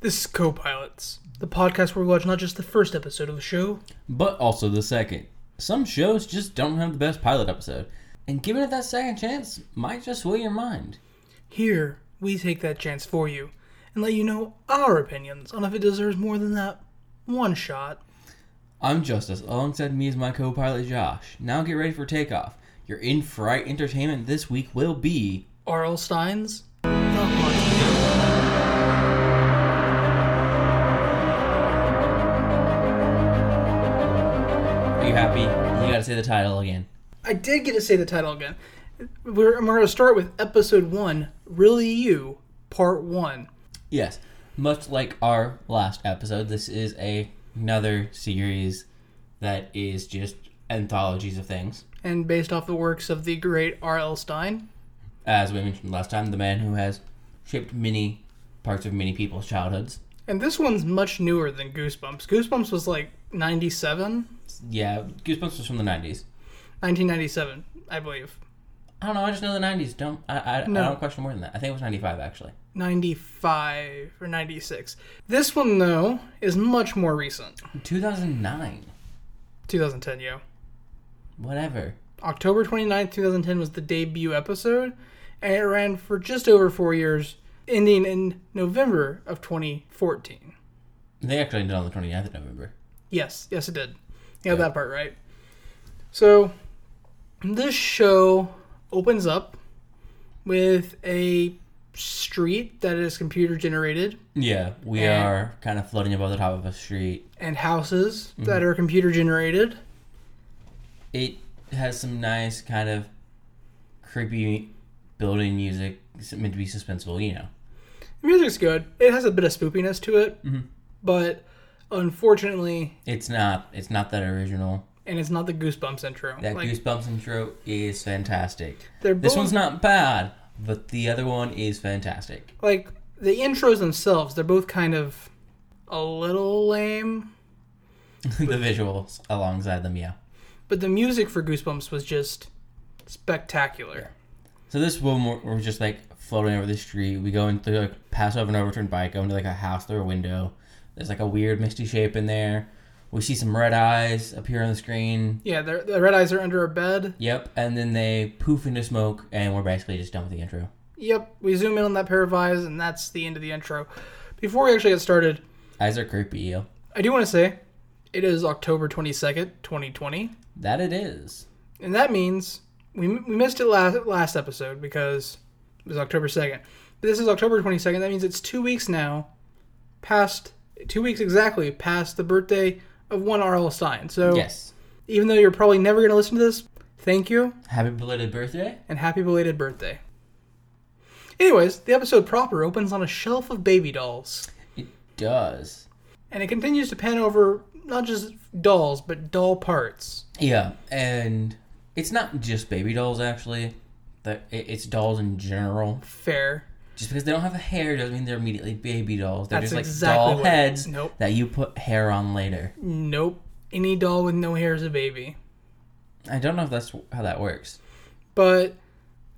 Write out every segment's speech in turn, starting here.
This is Co Pilots, the podcast where we watch not just the first episode of a show, but also the second. Some shows just don't have the best pilot episode, and giving it that second chance might just sway your mind. here we take that chance for you and let you know our opinions on if it deserves more than that one shot. I'm Justice. Alongside me is my co-pilot Josh. Now get ready for takeoff. Your in-flight entertainment this week will be R.L. Stein's The Hunt. Are you happy? You gotta say the title again. I did get to say the title again. We're, we're going to start with episode one, Really You, part one. Yes. Much like our last episode, this is a, another series that is just anthologies of things. And based off the works of the great R.L. Stein, As we mentioned last time, the man who has shaped many parts of many people's childhoods. And this one's much newer than Goosebumps. Goosebumps was like 97, Yeah, Goosebumps was from the nineties. 1997, I believe. I don't know. I just know the nineties. Don't I? I, I don't question more than that. I think it was ninety five actually. 95 or 96. This one, though, is much more recent. Two thousand nine. 2010, yo. Whatever. October 29th, 2010 was the debut episode, and it ran for just over four years, ending in November of 2014. They actually ended on the 29th of November. Yes, yes, it did. You got that part right. So, this show opens up with a street that is computer generated Yeah, we And- are kind of floating above the top of a street. and houses that are computer generated. It has some nice kind of creepy building music. It's meant to be suspenseful, you know. The music's good. It has a bit of spoopiness to it, Mm-hmm. but unfortunately, It's not. It's not that original. and it's not the Goosebumps intro. That like, Goosebumps intro is fantastic. they're This both, one's not bad, but the other one is fantastic. like the intros themselves. They're both kind of a little lame. the visuals alongside them, yeah. but the music for Goosebumps was just spectacular. So this one, we're, we're just like floating over the street. We go into like pass over an overturned bike, go into like a house through a window. There's like a weird misty shape in there. We see some red eyes appear on the screen. Yeah, they're, the red eyes are under a bed. Yep, and then they poof into smoke, and we're basically just done with the intro. Yep, we zoom in on that pair of eyes, and that's the end of the intro. Before we actually get started, Eyes are creepy, yo. I do want to say it is October 22nd, 2020, That it is. and that means we, we missed it last, last episode because it was October 2nd. But this is October 22nd, that means it's two weeks now, past, two weeks exactly past the birthday of one R.L. Stein. So Yes. even though you're probably never going to listen to this, thank you. Happy belated birthday. and happy belated birthday. Anyways, the episode proper opens on a shelf of baby dolls, It does. and it continues to pan over not just dolls, but doll parts. Yeah, and it's not just baby dolls actually. That it- it's dolls in general. Fair. Just because they don't have a hair doesn't mean they're immediately baby dolls. They're That's just like exactly doll what- heads Nope. that you put hair on later. Nope. Any doll with no hair is a baby. I don't know if that's how that works. But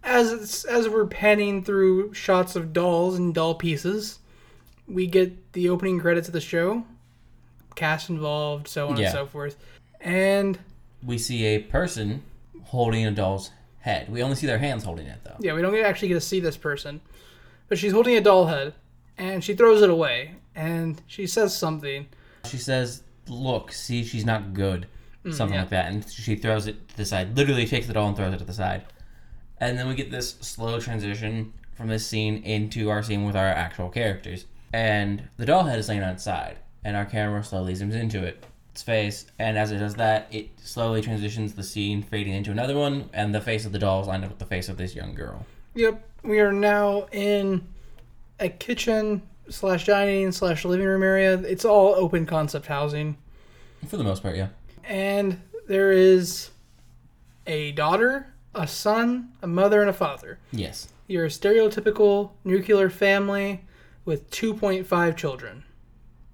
as it's, as we're panning through shots of dolls and doll pieces, we get the opening credits of the show, cast involved, so on Yeah. and so forth. And We see a person holding a doll's head. We only see their hands holding it though. Yeah, we don't get actually get to see this person, but she's holding a doll head, and she throws it away, and she says something. She says, "Look, see, she's not good," something like that, and she throws it to the side. Literally takes the doll and throws it to the side. And then we get this slow transition from this scene into our scene with our actual characters. And the doll head is laying on its side, and our camera slowly zooms into it, its face. And as it does that, it slowly transitions the scene, fading into another one, and the face of the doll is lined up with the face of this young girl. Yep, we are now in a kitchen slash dining slash living room area. It's all open concept housing, For the most part, yeah. and there is a daughter, a son, a mother, and a father. Yes. You're a stereotypical nuclear family with 2.5 children.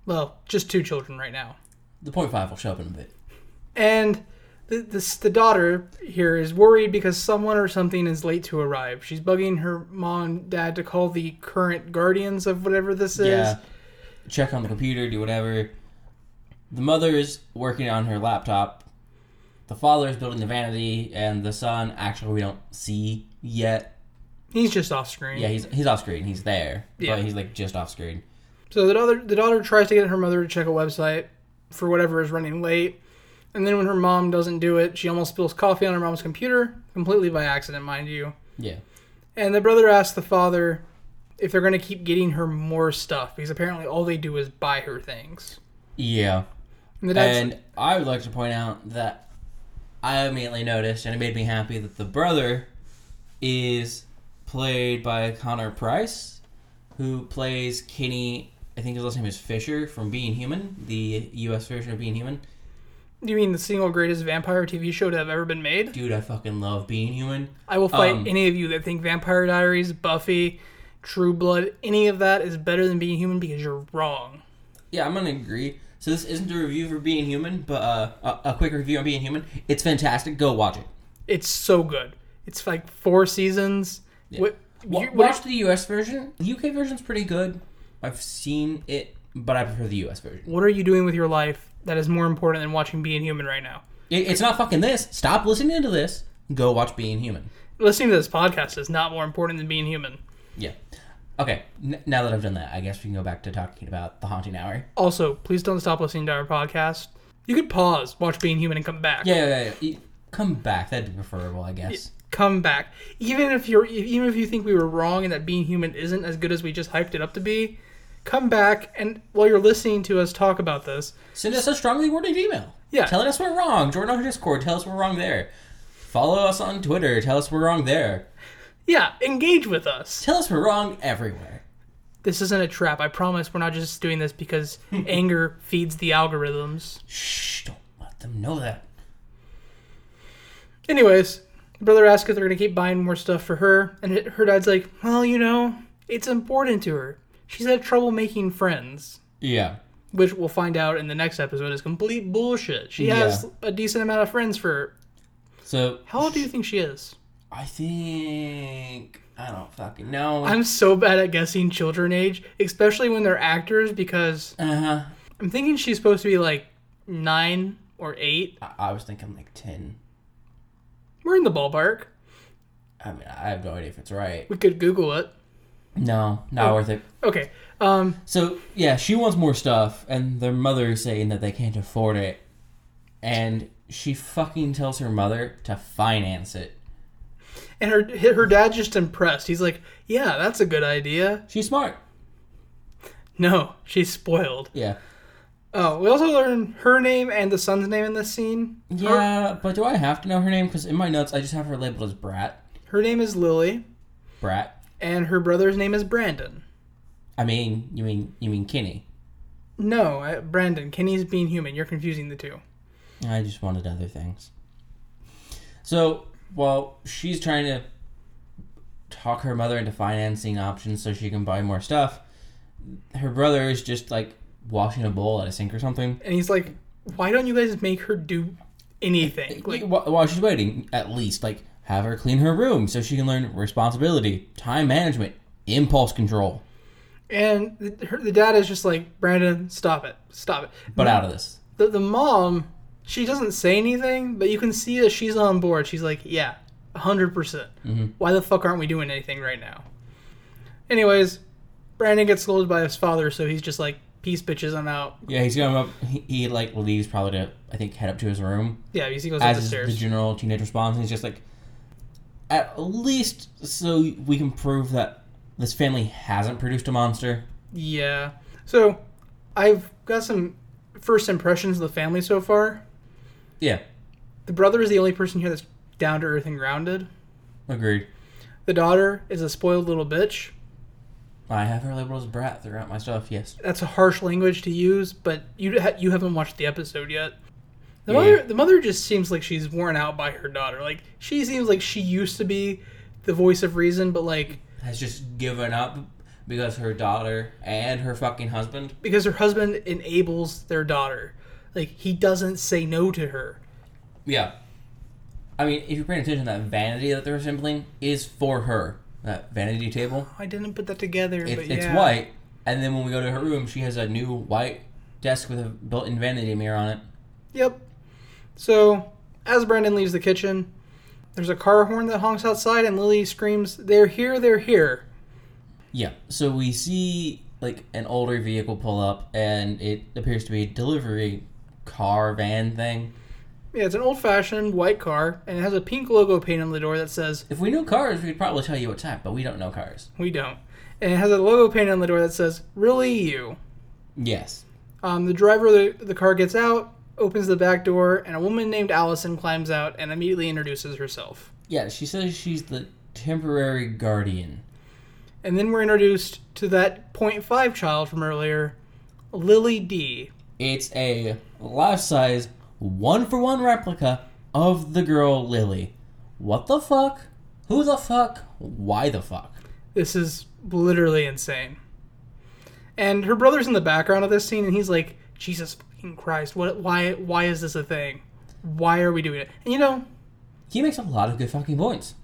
Well, just two children right now. The point five will show up in a bit. And the, this, the daughter here is worried because someone or something is late to arrive. She's bugging her mom and dad to call the current guardians of whatever this is. Yeah. check on the computer, do whatever. The mother is working on her laptop. The father is building the vanity, and the son actually we don't see yet. He's just off screen. Yeah, he's he's off screen. He's there, Yeah. but he's like just off screen. So the daughter the daughter tries to get her mother to check a website for whatever is running late. And then when her mom doesn't do it, she almost spills coffee on her mom's computer, completely by accident, mind you. Yeah, And the brother asks the father if they're going to keep getting her more stuff because apparently all they do is buy her things. yeah. And the dad's And I would like to point out that I immediately noticed, and it made me happy, that the brother is played by Connor Price, who plays Kenny. I think his last name is Fisher from Being Human, the U.S. version of Being Human. Do you mean the single greatest vampire TV show to have ever been made? Dude, I fucking love Being Human. I will fight Um, any of you that think Vampire Diaries, Buffy, True Blood, any of that is better than being human because you're wrong. Yeah, I'm gonna agree. So this isn't a review for Being Human, but uh, a, a quick review on Being Human. It's fantastic. Go watch it. It's so good. It's like four seasons. What, Wa- you- what- watch the U.S. version. The U.K. version's pretty good. I've seen it, but I prefer the U.S. version. what are you doing with your life that is more important than watching Being Human right now? It, it's not fucking this. Stop listening to this. Go watch Being Human. Listening to this podcast is not more important than being human. Yeah. Okay. N- now that I've done that, I guess we can go back to talking about the haunting hour. Also, please don't stop listening to our podcast. You could pause, watch Being Human, and come back. Yeah, yeah, yeah. You- Come back. That'd be preferable, I guess. Come back. Even if you're, even if you think we were wrong and that Being Human isn't as good as we just hyped it up to be, come back and while you're listening to us talk about this, Send us a strongly worded email. Yeah. Telling us we're wrong. Join our Discord. Tell us we're wrong there. Follow us on Twitter. Tell us we're wrong there. yeah, engage with us. Tell us we're wrong everywhere. This isn't a trap. I promise. We're not just doing this because anger feeds the algorithms. Shh. Don't let them know that. Anyways, the brother asks if they're gonna keep buying more stuff for her, and it- her dad's like, "Well, you know, it's important to her. She's had trouble making friends." Yeah. Which we'll find out in the next episode is complete bullshit. She has a decent amount of friends for. So How old do you think she is? I think I don't fucking know. I'm so bad at guessing children age, especially when they're actors, because uh huh. I'm thinking she's supposed to be like nine or eight. I-, I was thinking like ten. We're in the ballpark. I mean, I have no idea if it's right. We could Google it. No, not worth it. Okay. Um. So yeah, she wants more stuff, and their mother is saying that they can't afford it, and she fucking tells her mother to finance it. And her her dad's just impressed. He's like, "Yeah, that's a good idea." She's smart. No, she's spoiled. Yeah. Oh, we also learn her name and the son's name in this scene. Her, Yeah, but do I have to know her name? Because in my notes, I just have her labeled as Brat. her name is Lily, Brat. and her brother's name is Brandon. I mean, you mean you mean Kenny? No, uh, Brandon. Kenny's being human. You're confusing the two. I just wanted other things. So, while she's trying to talk her mother into financing options so she can buy more stuff, her brother is just like washing a bowl at a sink or something. And he's like, "Why don't you guys make her do anything?" Like, Like, wh- while she's waiting, at least, like, have her clean her room so she can learn responsibility, time management, impulse control. and the, her, the dad is just like, "Brandon, stop it, stop it." But out of this. The the mom, she doesn't say anything, but you can see that she's on board. She's like, "Yeah, hundred percent. Mm-hmm. Why the fuck aren't we doing anything right now?" Anyways, Brandon gets scolded by his father, so he's just like, "Peace, bitches, I'm out." Yeah, he's going up. He, he like leaves probably to I think head up to his room. Yeah, because he goes up as the is the stairs. general teenage response. And he's just like, at least so we can prove that this family hasn't produced a monster. yeah. So, I've got some first impressions of the family so far. Yeah, The brother is the only person here that's down to earth and grounded. agreed. The daughter is a spoiled little bitch. I have her labeled as brat throughout my stuff. Yes. that's a harsh language to use, but you ha- you haven't watched the episode yet. The Yeah. mother the mother just seems like she's worn out by her daughter. Like she seems like she used to be the voice of reason, but like Has just given up because her daughter and her fucking husband. because her husband enables their daughter, like he doesn't say no to her. Yeah. I mean, if you're paying attention, that vanity that they're assembling is for her. That vanity table. I didn't put that together, It's, but it's yeah. white, And then when we go to her room, she has a new white desk with a built-in vanity mirror on it. Yep. So, as Brandon leaves the kitchen, there's a car horn that honks outside, and Lily screams, They're here, they're here. Yeah. So we see like an older vehicle pull up, and it appears to be a delivery car van thing. Yeah, it's an old fashioned white car, and it has a pink logo painted on the door that says, If we knew cars, we'd probably tell you what type, but we don't know cars. We don't. And it has a logo painted on the door that says, Really You. Yes. Um, the driver of the, the car gets out, opens the back door, and a woman named Allison climbs out and immediately introduces herself. Yeah. She says she's the temporary guardian. And then we're introduced to that 0.5 child from earlier, Lily D. It's a life-size, one-for-one replica of the girl Lily. What the fuck? Who the fuck? Why the fuck? This is literally insane. And her brother's in the background of this scene, and he's like, "Jesus fucking Christ! What? Why? Why is this a thing? Why are we doing it?" And you know, He makes a lot of good fucking points.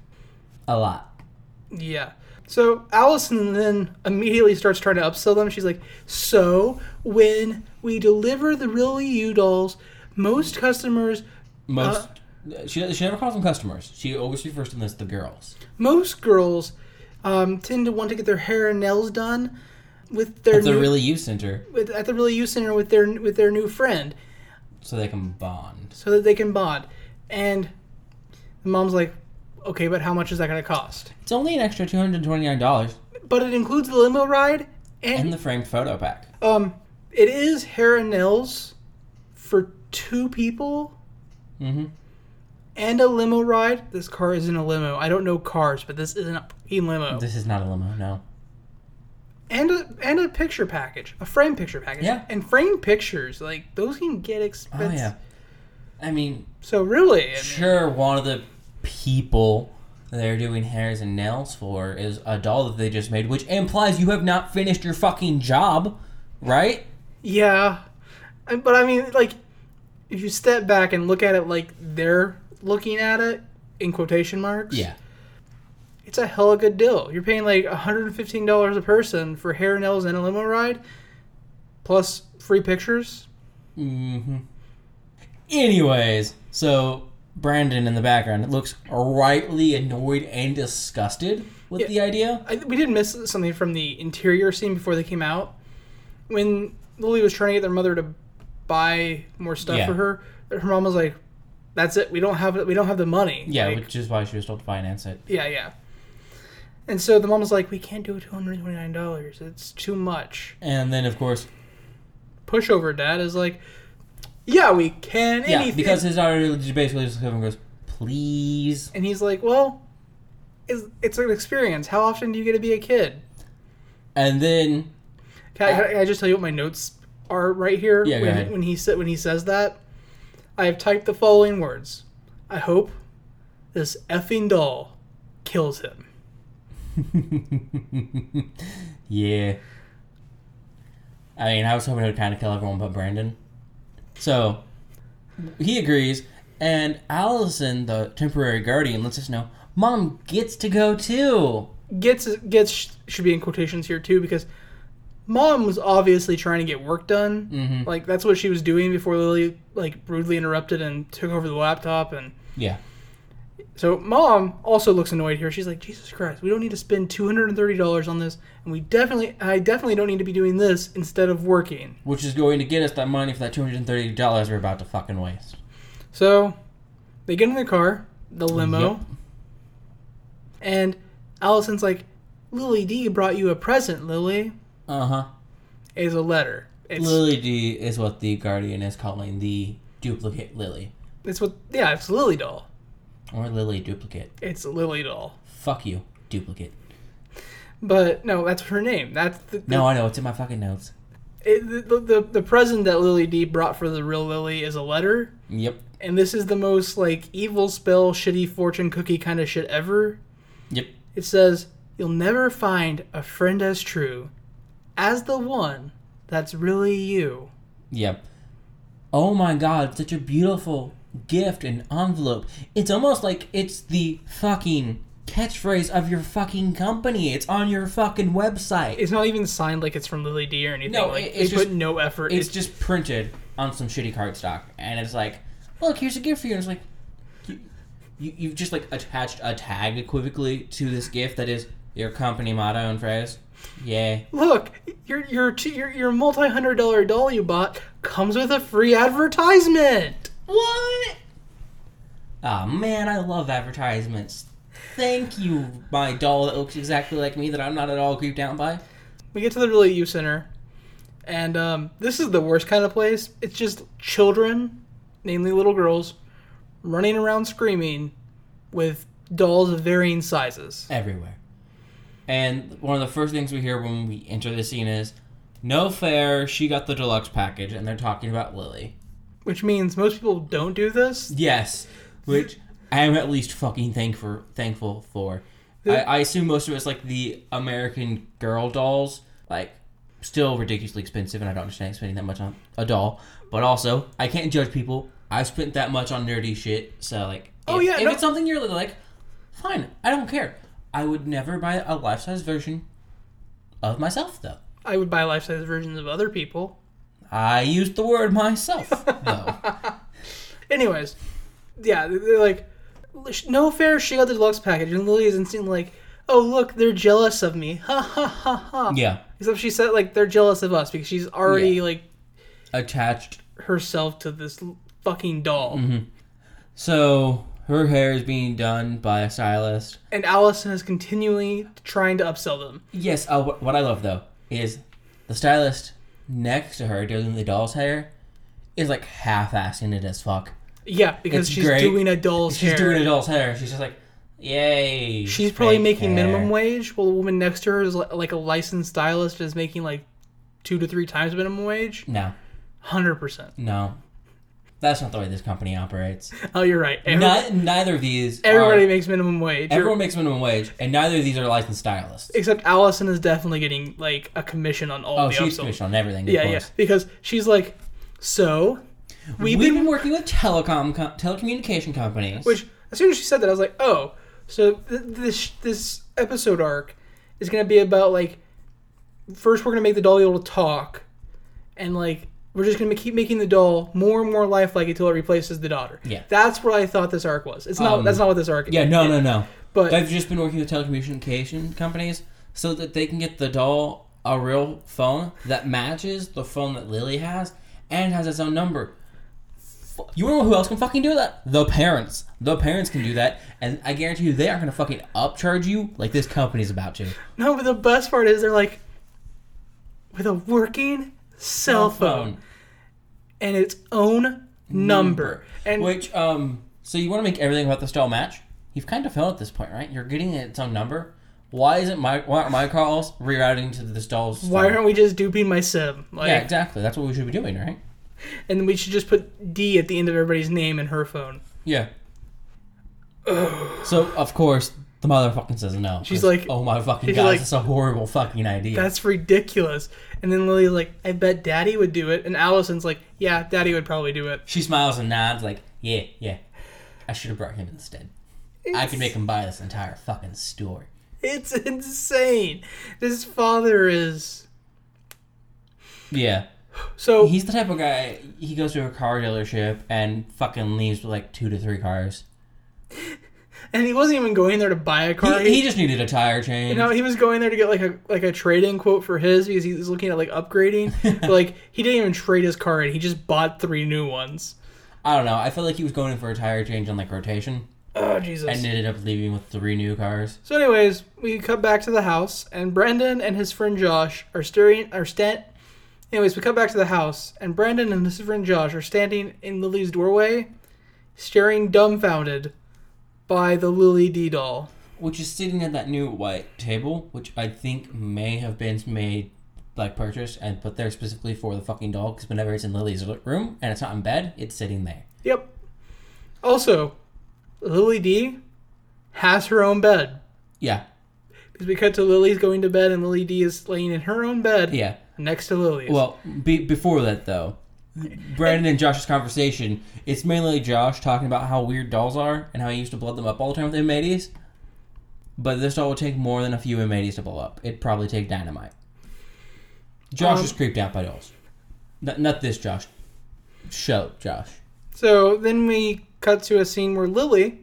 A lot. yeah. So Allison then immediately starts trying to upsell them. She's like, "So when we deliver the really you dolls, most customers, Most. she, she never calls them customers. She always refers to them as the girls. most girls, um, tend to want to get their hair and nails done with their The new, really you center, with, at the really you center with their with their new friend." so they can bond. so that they can bond. And the mom's like, okay, but how much is that going to cost? It's only an extra two hundred twenty nine dollars But it includes the limo ride, and, and the framed photo pack. um, it is hair and nails for two people Mm-hmm. and a limo ride. This car isn't a limo. I don't know cars, but this isn't a fucking limo. This is not a limo, no. And a and a picture package, a frame picture package. Yeah. And framed pictures, like those can get Oh expensive. yeah. I mean, So really, I mean, sure, one of the people they're doing hairs and nails for is a doll that they just made, which implies you have not finished your fucking job, right? Yeah, I- but I mean, like, if you step back and look at it like they're looking at it in quotation marks, Yeah. it's a hella good deal. You're paying like $115 a person for hair, nails, and a limo ride, plus free pictures. Mm-hmm. Anyways, so Brandon in the background looks rightly annoyed and disgusted with Yeah. the idea. I, we did miss something from the interior scene before they came out. When Lily was trying to get their mother to buy more stuff Yeah. for her, her mom was like, "That's it. We don't have we don't have the money." Yeah, Like, which is why she was told to finance it. Yeah, yeah. And so the mom was like, "We can't do two hundred twenty-nine dollars. It's too much." And then, of course, Pushover dad is like, "Yeah, we can." yeah, anything." because his daughter basically just comes and goes, please. and he's like, "Well, it's, it's an experience. How often do you get to be a kid?" And then, Can I, can I just tell you what my notes are right here? Yeah, go when, ahead. when he said when he says that, I have typed the following words: "I hope this effing doll kills him." yeah. I mean, I was hoping it would kind of kill everyone but Brandon. So, he agrees, and Allison, the temporary guardian, lets us know Mom gets to go too. gets gets sh- should be in quotations here too because mom was obviously trying to get work done Mhm. like that's what she was doing before lily like rudely interrupted and took over the laptop and Yeah. so mom also looks annoyed here she's like jesus christ we don't need to spend $230 on this and we definitely i definitely don't need to be doing this instead of working Which is going to get us that money for that $230 we're about to fucking waste. so they get in the car the limo Yep. and allison's like lily d brought you a present lily Uh huh. is a letter it's Lily D is what the Guardian is calling the duplicate Lily. It's what, yeah, it's Lily Doll. Or Lily duplicate. It's Lily Doll. Fuck you, duplicate. But no, that's her name. That's the, No, I know, it's in my fucking notes. it, the, the the present that Lily D brought for the real Lily is a letter, Yep. and this is the most like evil spell, shitty fortune cookie kind of shit ever. Yep. It says, "You'll never find a friend as true as the one that's really you." Yep. Oh my god, such a beautiful gift and envelope. It's almost like it's the fucking catchphrase of your fucking company. It's on your fucking website. It's not even signed like it's from Lily D or anything. No, like, it- they it's put just- no effort. It's just printed on some shitty cardstock, and it's like, look, here's a gift for you. And it's like, you, you, you've just like attached a tag equivocally to this gift that is your company motto and phrase. Yeah. look, your your t- your your multi hundred dollar doll you bought comes with a free advertisement. What? Ah man, I love advertisements. Thank you, my doll that looks exactly like me that I'm not at all creeped out by. We get to the Lily U Center, and um, this is the worst kind of place. It's just children, namely little girls, running around screaming with dolls of varying sizes. Everywhere. And one of the first things we hear when we enter the scene is, no fair, she got the deluxe package, and they're talking about Lily. Which means most people don't do this. Yes, which I am at least fucking thankful thankful for. I, I assume most of it's like the American girl dolls, like still ridiculously expensive, and I don't understand spending that much on a doll. But also, I can't judge people. I spent that much on nerdy shit, so like, Oh, if, yeah, if no- it's something you're like, fine, I don't care. I would never buy a life size version of myself, though. I would buy life size versions of other people. I used the word myself, though. Anyways, yeah, they're like, no fair. She got the deluxe package, and Lily is instantly like, "Oh look, they're jealous of me." Ha ha ha ha. yeah, Except she said like they're jealous of us because she's already Yeah. like attached herself to this l- fucking doll. So her hair is being done by a stylist. And Allison is continually trying to upsell them. Yes. Uh, wh- what I love though is the stylist next to her doing the doll's hair is like half-assing it as fuck. Yeah, because It's she's great. doing a doll's She's hair. doing a doll's hair. She's just like, yay. she's probably fake making hair. minimum wage, while the woman next to her is li- like a licensed stylist is making like two to three times minimum wage. No, Hundred percent. no, that's not the way this company operates. Oh, you're right. Every- Ni- neither of these. everybody Are, makes minimum wage. You're- everyone makes minimum wage, and neither of these are licensed stylists. Except Allison is definitely getting like a commission on all Oh, the she's upsells. commissioned on everything. Of Yeah, yeah, course. because she's like, so We've, been, working with telecom com- telecommunication companies. Which as soon as she said that, I was like, oh, so th- this this episode arc is gonna be about like first we're gonna make the doll be able to talk, and like we're just gonna keep making the doll more and more lifelike until it replaces the daughter. Yeah. that's what I thought this arc was. It's not. Um, that's not what this arc. is. Yeah, no, no, no. But- they've just been working with telecommunication companies so that they can get the doll a real phone that matches the phone that Lily has and has its own number. Fu- You know who else can fucking do that? The parents. The parents can do that, and I guarantee you, they aren't gonna fucking upcharge you like this company's about to. No, but the best part is they're like with a working cell phone. and its own number. And Which, um, so you want to make everything about the doll match? You've kind of failed at this point, right? You're getting its own number. Why isn't my why aren't my calls rerouting to this doll's? why phone? aren't we just duping my sim? Like, Yeah, exactly. That's what we should be doing, right? and we should just put D at the end of everybody's name and her phone. Yeah. so of course the motherfucking says no. She's 'cause, like- oh my fucking she's god, like- that's a horrible fucking idea. That's ridiculous. And then Lily's like, I bet Daddy would do it. And Allison's like, Yeah, Daddy would probably do it. she smiles and nods, like, yeah, yeah. I should have brought him instead. I could make him buy this entire fucking store. It's insane. This father is Yeah. so He's the type of guy he goes to a car dealership and fucking leaves with like two to three cars. and he wasn't even going there to buy a car. He, he just needed a tire change. No, he was going there to get like a like a trade in quote for his because he was looking at like upgrading. but like he didn't even trade his car in; he just bought three new ones. I don't know. I felt like he was going in for a tire change on like rotation Oh Jesus! and ended up leaving with three new cars. so, anyways, we cut back to the house, and Brandon and his friend Josh are staring are stand. Anyways, we cut back to the house, and Brandon and his friend Josh are standing in Lily's doorway, staring dumbfounded by the Lily D doll. which is sitting at that new white table, which I think may have been made like purchased and put there specifically for the fucking doll. Because whenever it's in Lily's room and it's not in bed, it's sitting there. Yep. Also, Lily D has her own bed. Yeah, Because we cut to Lily's going to bed and Lily D is laying in her own bed yeah. next to Lily's. Well, be- before that though, Brandon and Josh's conversation. It's mainly Josh talking about how weird dolls are and how he used to blood them up all the time with M80s. But this doll would take more than a few M80s to blow up. It'd probably take dynamite. Josh Um, was creeped out by dolls. Not, not this Josh. Show Josh. So then we cut to a scene where Lily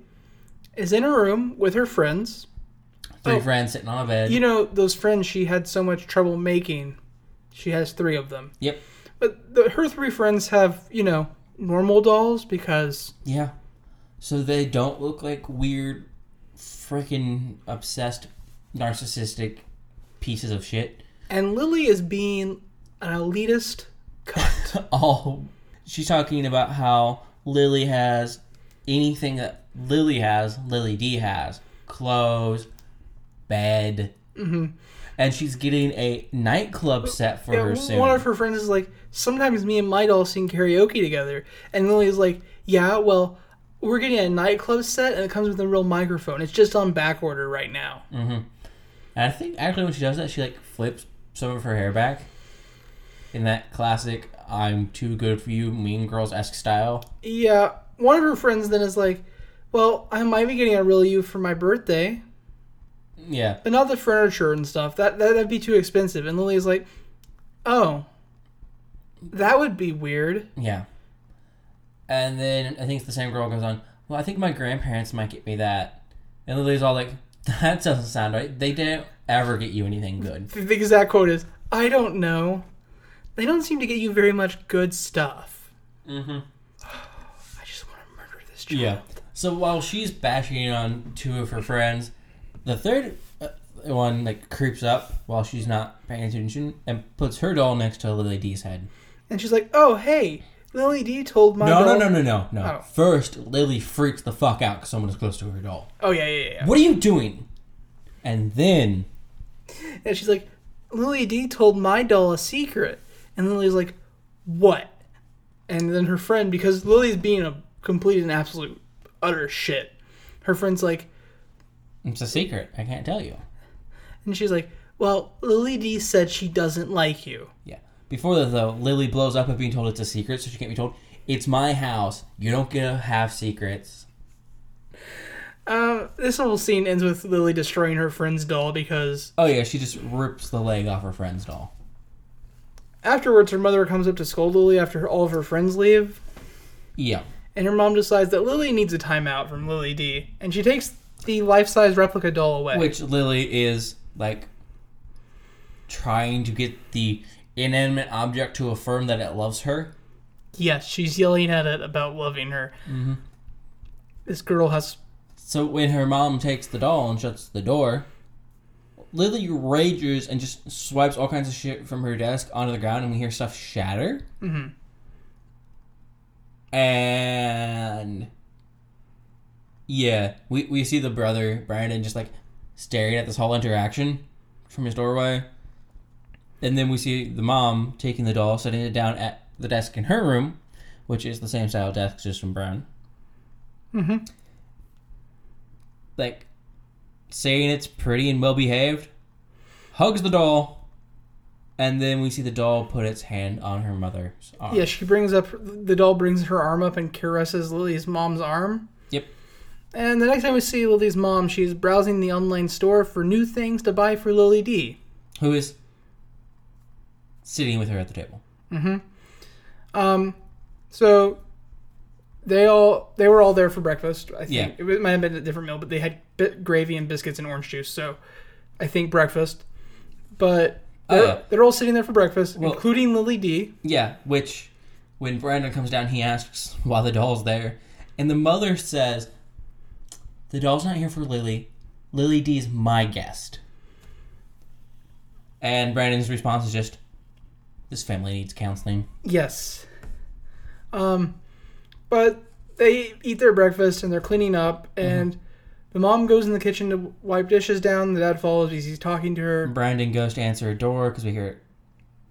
is in her room with her friends. Three Oh. friends sitting on a bed. You know, those friends she had so much trouble making. She has three of them. yep. But the, her three friends have, you know, normal dolls because Yeah. So they don't look like weird, freaking obsessed, narcissistic pieces of shit. and Lily is being an elitist cunt. All Oh, she's talking about how Lily has anything that Lily has, Lily D has clothes, bed, and she's getting a nightclub set Mm-hmm. for Yeah, her one soon. of her friends is like, sometimes me and my doll sing karaoke together, and Lily's like, yeah, well, we're getting a nightclub set, and it comes with a real microphone. It's just on back order right now. Mm. Mm-hmm. And I think actually when she does that, she like flips some of her hair back in that classic "I'm too good for you" Mean Girls esque style. Yeah, one of her friends then is like, well, I might be getting a real you for my birthday, Yeah, but not the furniture and stuff. That, that that'd be too expensive. And Lily's like, oh, that would be weird. yeah. And then I think it's the same girl goes on. Well, I think my grandparents might get me that. And Lily's all like, "That doesn't sound right. They didn't ever get you anything good." The exact quote is, I don't know. They don't seem to get you very much good stuff. Mm-hmm. I just want to murder this child. Yeah. So while she's bashing on two of her friends, the third uh, one like creeps up while she's not paying attention and puts her doll next to Lily D's head. And she's like, "Oh, hey, Lily D told my No, no, doll- no, no, no, no. Oh. First, Lily freaks the fuck out because someone is close to her doll. Oh yeah, yeah, yeah. What are you doing? And then, And she's like, "Lily D told my doll a secret." And Lily's like, "What?" And then her friend, because Lily's being a complete and absolute utter shit, her friend's like, it's a secret. I can't tell you. and she's like, "Well, Lily D said she doesn't like you." Yeah. Before that, though, Lily blows up at being told it's a secret, so she can't be told. It's my house. You don't get to have secrets. Um, this whole scene ends with Lily destroying her friend's doll because Oh, yeah, she just rips the leg off her friend's doll. afterwards her mother comes up to scold Lily after all of her friends leave. Yeah. and her mom decides that Lily needs a timeout from Lily D, and she takes the life-size replica doll away. Which Lily is like trying to get the inanimate object to affirm that it loves her. Yes, she's yelling at it about loving her. This girl has So when her mom takes the doll and shuts the door, Lily rages and just swipes all kinds of shit from her desk onto the ground, and we hear stuff shatter. Mm-hmm. And yeah, we we see the brother Brandon just like staring at this whole interaction from his doorway, and then we see the mom taking the doll, setting it down at the desk in her room, which is the same style desk, just from Brown like saying it's pretty and well behaved, hugs the doll, and then we see the doll put its hand on her mother's arm. yeah. She brings up the doll brings her arm up and caresses Lily's mom's arm. Yep. And the next time we see Lily's mom, she's browsing the online store for new things to buy for Lily D. Who is sitting with her at the table. Um, so they all they were all there for breakfast. I think Yeah. it was- might have been a different meal, but they had bit gravy and biscuits and orange juice. So I think breakfast. But Oh, they're, yeah. they're all sitting there for breakfast, including Lily D. Yeah, which when Brandon comes down, he asks why the doll's there. And the mother says, The doll's not here for Lily. Lily D is my guest. And Brandon's response is just, This family needs counseling. Yes. Um, but they eat their breakfast and they're cleaning up, Mm-hmm. and the mom goes in the kitchen to wipe dishes down. The dad follows because he's talking to her. Brandon goes to answer a door because we hear it.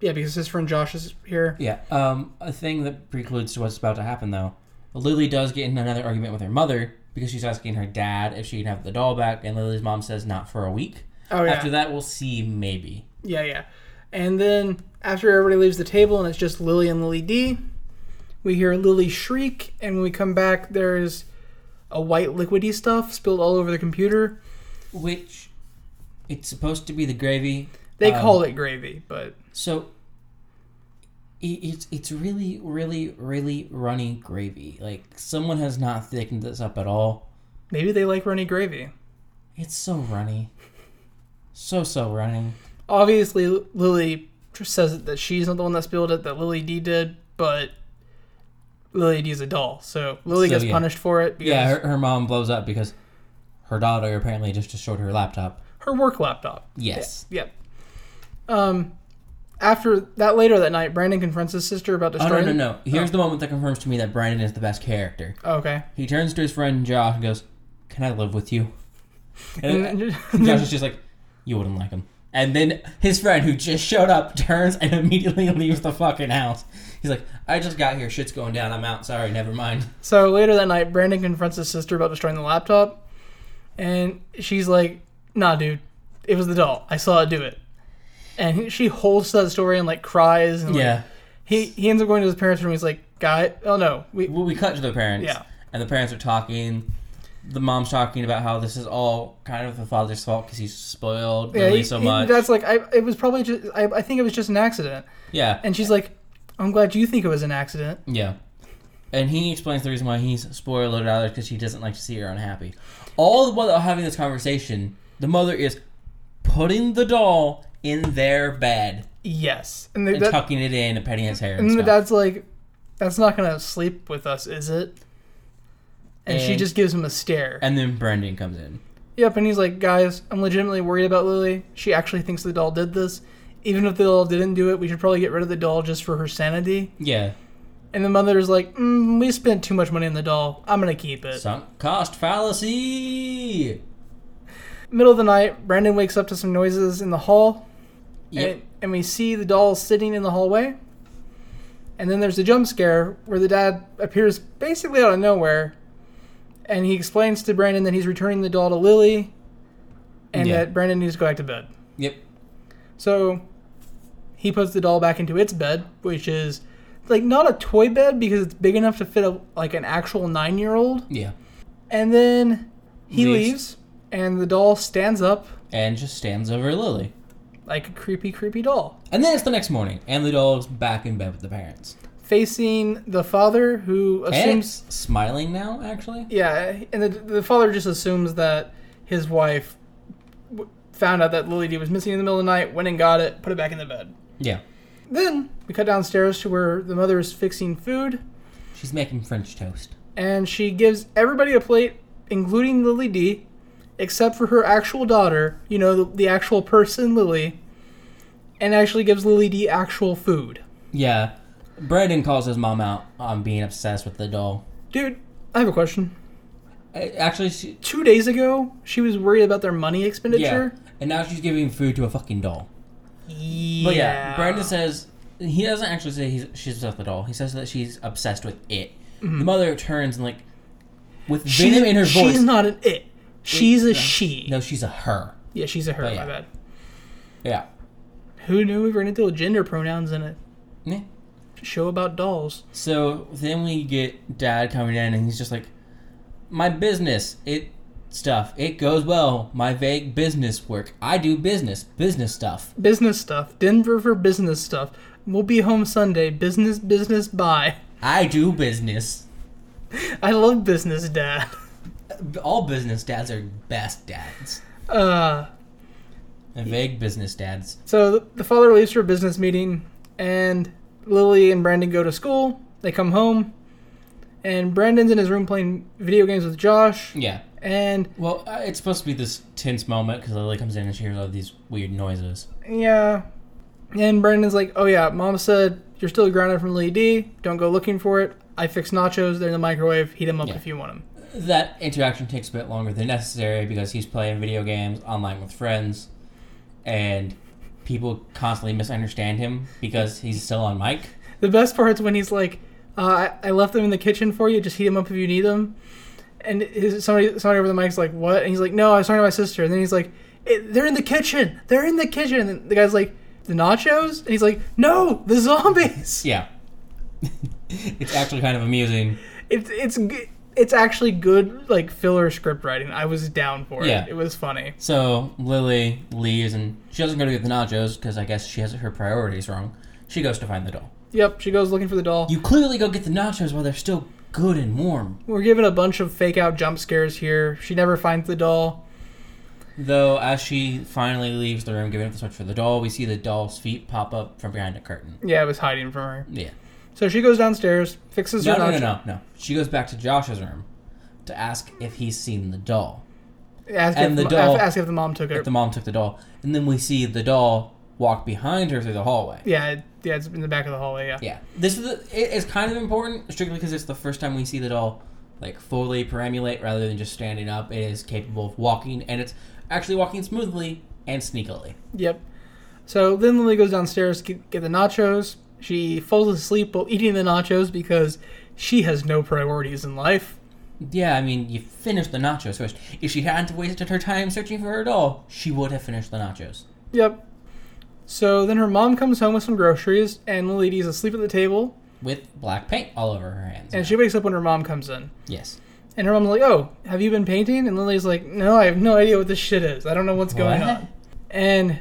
Yeah, because his friend Josh is here. Yeah. Um, a thing that precludes to what's about to happen, though. Lily does get in another argument with her mother because she's asking her dad if she can have the doll back, and Lily's mom says not for a week. Oh yeah. After that, we'll see maybe. Yeah, yeah. And then after everybody leaves the table and it's just Lily and Lily D, we hear Lily shriek, and when we come back, there's a white liquidy stuff spilled all over the computer. which it's supposed to be the gravy. They Um, call it gravy, but So i- it's it's really really really runny gravy. Like someone has not thickened this up at all. maybe they like runny gravy. It's so runny, so so runny. Obviously, Lily just says it that she's not the one that spilled it, that Lily D did, but Lily D's a doll, so Lily So, gets yeah. punished for it because Yeah, her, her, her mom blows up because her daughter apparently just destroyed her laptop. work laptop. Yes. Yep. Um, after that, later that night, Brandon confronts his sister about Oh no destroying. no no! Here's the moment that confirms to me that Brandon is the best character. Oh, okay. He turns to his friend Josh and goes, "Can I live with you?" And And then- Josh is just like, "You wouldn't like him." And then his friend, who just showed up, turns and immediately leaves the fucking house. He's like, "I just got here. Shit's going down. I'm out. Sorry, never mind." So later that night, Brandon confronts his sister about destroying the laptop, and she's like, "Nah, dude, it was the doll. I saw it do it." And he- she holds to that story and like cries. And, like, Yeah. he he ends up going to his parents' room. He's like, "Guy, oh no, we Well, we cut to the parents. Yeah. And the parents are talking. The mom's talking about how this is all kind of the father's fault because he's spoiled yeah, Lily he- so he- much. that's like I it was probably just I, I think it was just an accident." yeah. And she's like, "I'm glad you think it was an accident." Yeah. And he explains the reason why he's spoiled out because he doesn't like to see her unhappy. All the while having this conversation, the mother is putting the doll in their bed Yes, and, the, and that, Mm, tucking it in and petting his hair and, and the stuff. dad's like, "That's not gonna sleep with us, is it?" And, she And- just gives him a stare. And then Brendan comes in. Yep, and he's like, guys, I'm legitimately worried about Lily. She actually thinks the doll did this. Even if the doll didn't do it, we should probably get rid of the doll just for her sanity. Yeah. And the mother's like, mm, we spent too much money on the doll. I'm gonna keep it. Sunk cost fallacy. Middle of the night, Brandon wakes up to some noises in the hall, Yep. and, and we see the doll sitting in the hallway. And then there's a jump scare where the dad appears basically out of nowhere, and he explains to Brandon that he's returning the doll to Lily, and Yeah. that Brandon needs to go back to bed. Yep. So he puts the doll back into its bed, which is like not a toy bed because it's big enough to fit a, like an actual nine year old. Yeah. And then he Leaves. leaves. and the doll stands up And just stands over Lily. like a creepy, creepy doll, And then it's the next morning, and the doll's back in bed with the parents. facing the father who And assumes. it's smiling now, actually. Yeah, and the, the father just assumes that his wife w- found out that Lily D was missing in the middle of the night, went and got it, put it back in the bed. Yeah. Then we cut downstairs to where the mother is fixing food. She's making French toast. and she gives everybody a plate, including Lily D, except for her actual daughter, you know, the, the actual person, Lily, and actually gives Lily D actual food. Yeah. Brandon calls his mom out on being obsessed with the doll. Dude, I have a question. Uh, Actually, she, Two days ago, she was worried about their money yeah. expenditure. And now she's giving food to a fucking doll. Yeah. But yeah, Brandon says he doesn't actually say he's she's obsessed with the doll. He says that she's obsessed with it. The mother turns and like with Mm-hmm. she's, venom in her she's voice. not an it. She's a she. no, she's a her. Yeah, she's a her, yeah. my bad. Yeah. Who knew we were going to deal with gender pronouns in a Yeah. show about dolls? So then we get dad coming in and he's just like, my business, it stuff, it goes well. My vague business work. I do business, business stuff. Business stuff. Denver for business stuff. We'll be home Sunday. Business, business, bye. I do business. I love business dad. All business dads are best dads. Uh, And vague business dads. so th- the father leaves for a business meeting, and Lily and Brandon go to school. They come home, and Brandon's in his room playing video games with Josh. Yeah. And Well, uh, it's supposed to be this tense moment because Lily comes in and she hears all these weird noises. yeah, and Brandon's like, "Oh yeah, mom said you're still grounded from Lily D. Don't go looking for it. I fixed nachos. They're in the microwave. Heat them up Yeah. if you want them." That interaction takes a bit longer than necessary because he's playing video games online with friends, and people constantly misunderstand him because he's still on mic. The best part's when he's like, uh, I I left them in the kitchen for you. Just heat them up if you need them. And his, somebody, somebody over the mic's like, what? And he's like, no, I was talking to my sister. And then he's like, "It- they're in the kitchen. They're in the kitchen. And then the guy's like, the nachos? And he's like, no, the zombies. Yeah. it's actually kind of amusing. It's it's g- it's actually good like filler script writing. I was down for it. Yeah. It was funny. So Lily leaves and she doesn't go to get the nachos because I guess she has her priorities wrong. She goes to find the doll. Yep, she goes looking for the doll. You clearly go get the nachos while they're still good and warm. We're given a bunch of fake out jump scares here. She never finds the doll. Though, as she finally leaves the room, giving up the search for the doll, we see the doll's feet pop up from behind a curtain. Yeah, it was hiding from her. Yeah. So she goes downstairs, fixes No, her no, no, nacho- no, no. She goes back to Josh's room to ask if he's seen the doll. Ask And if the mo- doll- ask if the mom took her. If the mom took the doll. And then we see the doll walk behind her through the hallway. yeah, it- yeah, it's in the back of the hallway. Yeah. Yeah, this is the, it is kind of important strictly because it's the first time we see the doll like fully perambulate rather than just standing up. It is capable of walking, and it's actually walking smoothly and sneakily. Yep. So then Lily goes downstairs to get, get the nachos. She falls asleep while eating the nachos because she has no priorities in life. Yeah, I mean, you finish the nachos first. If she hadn't wasted her time searching for her doll, she would have finished the nachos. Yep. So then her mom comes home with some groceries, and Lily is asleep at the table, With black paint all over her hands. and she wakes up when her mom comes in. yes. And her mom's like, "Oh, have you been painting?" And Lily's like, "No, I have no idea what this shit is. I don't know what's going What? on." And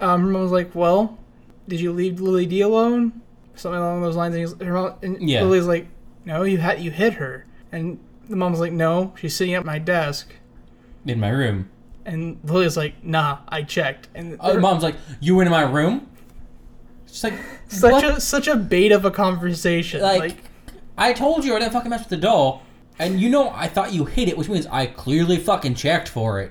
um, her mom's like, "Well, did you leave Lily D alone?" Something along those lines. And, he's, her mom, and Yeah. Lily's like, "No, you had you hit her." And the mom's like, "No, she's sitting at my desk." In my room. And Lily's like, "Nah, I checked." And Uh, her- mom's like, You were in my room? She's like, such "What a such a bait of a conversation. like, like I told you I didn't fucking mess with the doll, and you know I thought you hid it, which means I clearly fucking checked for it.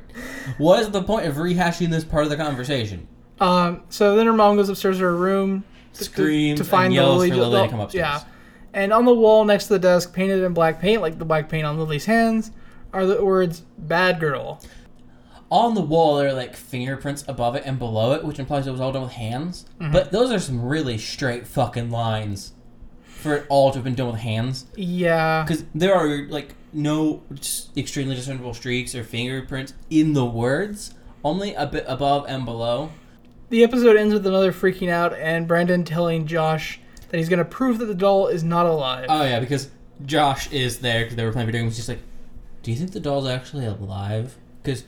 What is the point of rehashing this part of the conversation? Um, so then her mom goes upstairs to her room to- Screams and yells for Lily to come upstairs. Yeah, and on the wall next to the desk, painted in black paint, like the black paint on Lily's hands, are the words "bad girl." On the wall, there are like fingerprints above it and below it, which implies it was all done with hands. Mm-hmm. But those are some really straight fucking lines for it all to have been done with hands. Yeah, Because there are like no s- extremely discernible streaks or fingerprints in the words, only a bit above and below. the episode ends with the mother freaking out and Brandon telling Josh that he's gonna prove that the doll is not alive. Oh yeah, because Josh is there because they were playing video games. He's like, "Do you think the doll's actually alive?" Because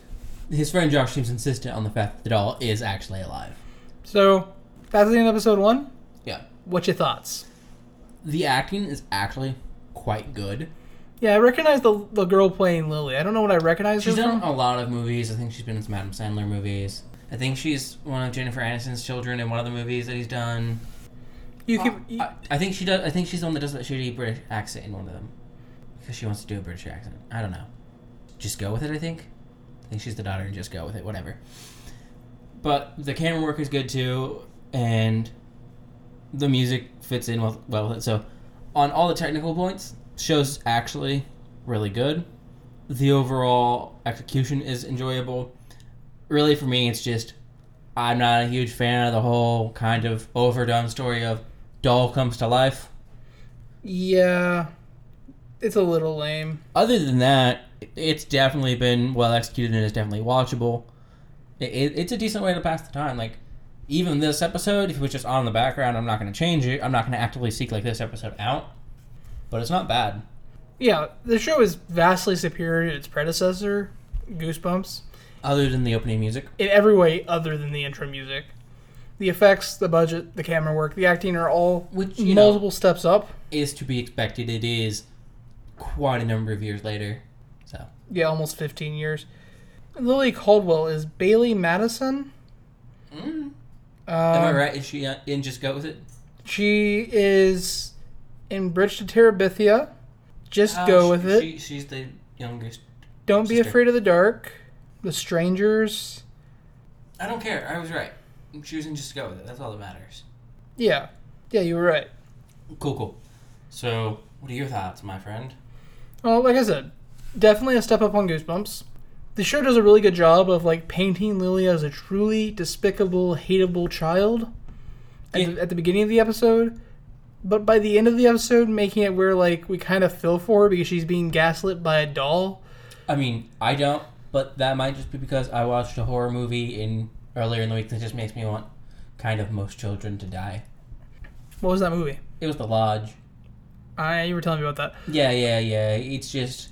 his friend Josh seems insistent on the fact that the doll is actually alive. so that's the end of episode one. Yeah, What's your thoughts? the acting is actually quite good. Yeah, I recognize the the girl playing Lily. I don't know what I recognize She's her done from. a lot of movies. I think she's been in some Adam Sandler movies. I think she's one of Jennifer Aniston's children in one of the movies that he's done. You can. you- Uh, I, I think she does. I think she's the one that does that shitty British accent in one of them because she wants to do a British accent. I don't know. Just go with it. I think. I think she's the daughter and just go with it. Whatever. But the camera work is good too, and the music fits in well, well with it. So, on all the technical points, show's actually really good. The overall execution is enjoyable. Really, for me, it's just I'm not a huge fan of the whole kind of overdone story of doll comes to life. yeah, it's a little lame. Other than that, it's definitely been well executed and it's definitely watchable. It, it, it's a decent way to pass the time. Like, even this episode, if it was just on the background, I'm not going to change it. I'm not going to actively seek like this episode out. But it's not bad. Yeah, the show is vastly superior to its predecessor, Goosebumps, Other than the opening music, in every way other than the intro music. The effects, the budget, the camera work, the acting are all Which, you know- multiple steps up. is to be expected. It is quite a number of years later. So, Yeah, almost 15 years. Lily Caldwell is Bailey Madison. Hmm. am I Um, right? Is she uh, in Just Go With It? She is in Bridge to Terabithia. Just Oh, go she- with it. She, she's the youngest Don't be sister. afraid of the dark. The Strangers. I don't care. I was right. I'm choosing just to go with it. That's all that matters. Yeah. Yeah, you were right. Cool, cool. So, what are your thoughts, my friend? Well, like I said, definitely a step up on Goosebumps. The show does a really good job of like painting Lily as a truly despicable, hateable child at, Yeah. the, at the beginning of the episode, but by the end of the episode, making it where like we kind of feel for her because she's being gaslit by a doll. I mean, I don't, but that might just be because I watched a horror movie in earlier in the week that just makes me want kind of most children to die. What was that movie? It was The Lodge. I you were telling me about that. Yeah, yeah, yeah. It's just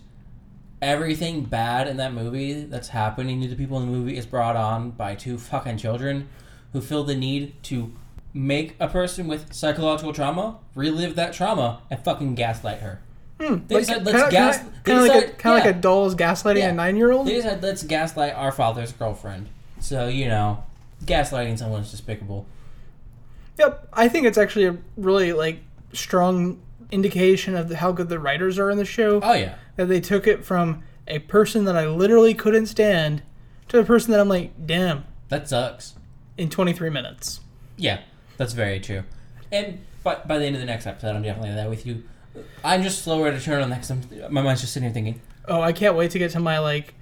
everything bad in that movie that's happening to the people in the movie is brought on by two fucking children who feel the need to make a person with psychological trauma relive that trauma and fucking gaslight her. Hmm, They decide, let's gas. they Kind of like, a, decide- kinda like yeah. a doll's gaslighting Yeah. a nine year old. They decided uh, let's gaslight our father's girlfriend. So you know, gaslighting someone is despicable. Yep, I think it's actually a really like strong indication of how good the writers are in the show Oh yeah, that they took it from a person that I literally couldn't stand to a person that I'm like, damn, that sucks. in 23 minutes. Yeah, that's very true. And but by the end of the next episode, I'm definitely there with you. I'm just slower to turn on that because my mind's just sitting here thinking. Oh, I can't wait to get to my like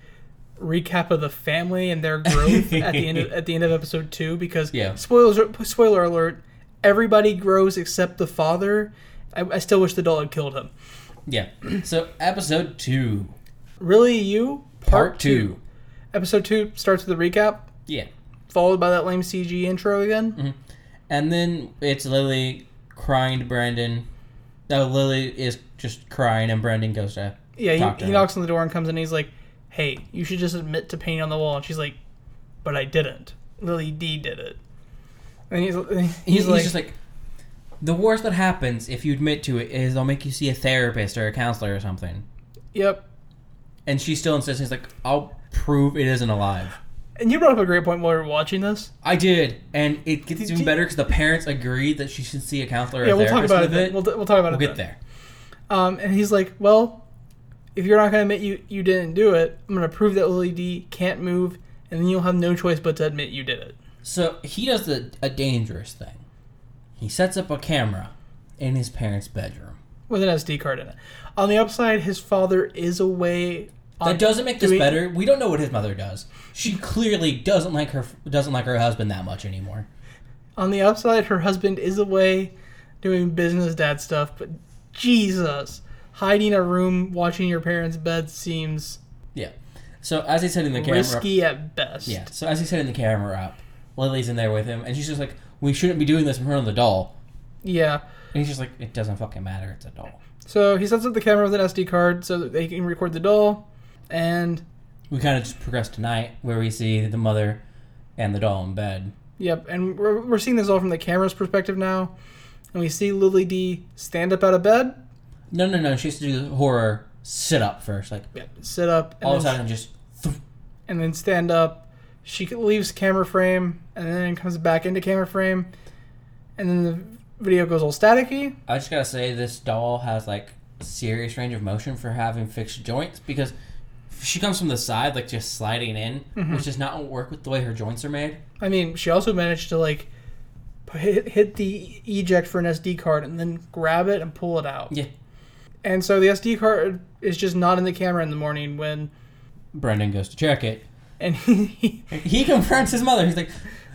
recap of the family and their growth at the end of, at the end of episode 2 because Yeah. spoilers spoiler alert, everybody grows except the father. I, I still wish the doll had killed him. Yeah. So episode two, Really you? part, two. Episode 2 starts with a recap Yeah, followed by that lame CG intro again. and then it's Lily crying to Brandon. No, Lily is just crying, and Brandon goes to Yeah, talk to he, he her. knocks on the door and comes in and he's like, Hey, you should just admit to painting on the wall. And she's like, But I didn't. Lily D did it. And he's, he's, he's, like, he's just like the worst that happens if you admit to it is they'll make you see a therapist or a counselor or something Yep. and she still insists he's like i'll prove it isn't alive And you brought up a great point while we were watching this. i did and it gets Did even you- better because the parents agreed that she should see a counselor or yeah, a we'll talk therapist about it. with Then. We'll, t- we'll talk about We'll it. get then. there Um, and he's like, Well, if you're not going to admit you, you didn't do it, I'm going to prove that Lily D can't move, and then you'll have no choice but to admit you did it. so he does the, a dangerous thing he sets up a camera in his parents bedroom With an SD card in it. On the upside, his father is away. On, that doesn't make this doing- better we don't know what his mother does she clearly doesn't like her doesn't like her husband that much anymore On the upside, her husband is away doing business dad stuff, but Jesus, hiding a room watching your parents' bed seems yeah so as he said in the camera risky at best. Yeah. So as he's setting the camera up, Lily's in there with him, and she's just like, "We shouldn't be doing this in front of the doll." Yeah. And he's just like, "It doesn't fucking matter. It's a doll. So he sets up the camera with an SD card so that they can record the doll, and We kind of just progress tonight, where we see the mother and the doll in bed. yep, and we're, we're seeing this all from the camera's perspective now, and we see Lily D stand up out of bed, No, no, no. She has to do the horror sit up first, like sit up, and all of a then- sudden just. thump. and then stand up. She leaves camera frame and then comes back into camera frame, and then the video goes all staticky. I just gotta say, this doll has like serious range of motion for having fixed joints because she comes from the side, like just sliding in, Mm-hmm. which does not work with the way her joints are made. I mean, she also managed to like p- hit, hit the eject for an SD card and then grab it and pull it out. Yeah. And so the SD card is just not in the camera in the morning when Brendan goes to check it. and he he confronts his mother. He's like,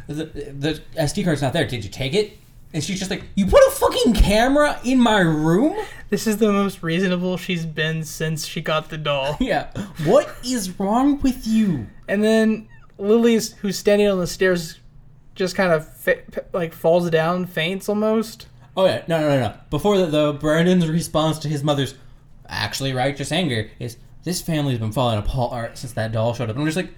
the, the SD card's not there. Did you take it? And she's just like, you put a fucking camera in my room? this is the most reasonable she's been since she got the doll. Yeah. What is wrong with you? And then Lily's who's standing on the stairs just kind of fa- p- like falls down, faints almost. Oh, yeah. No, no, no, no. Before that, though, Brandon's response to his mother's actually righteous anger is, this family's been falling apart since that doll showed up. And I'm just like,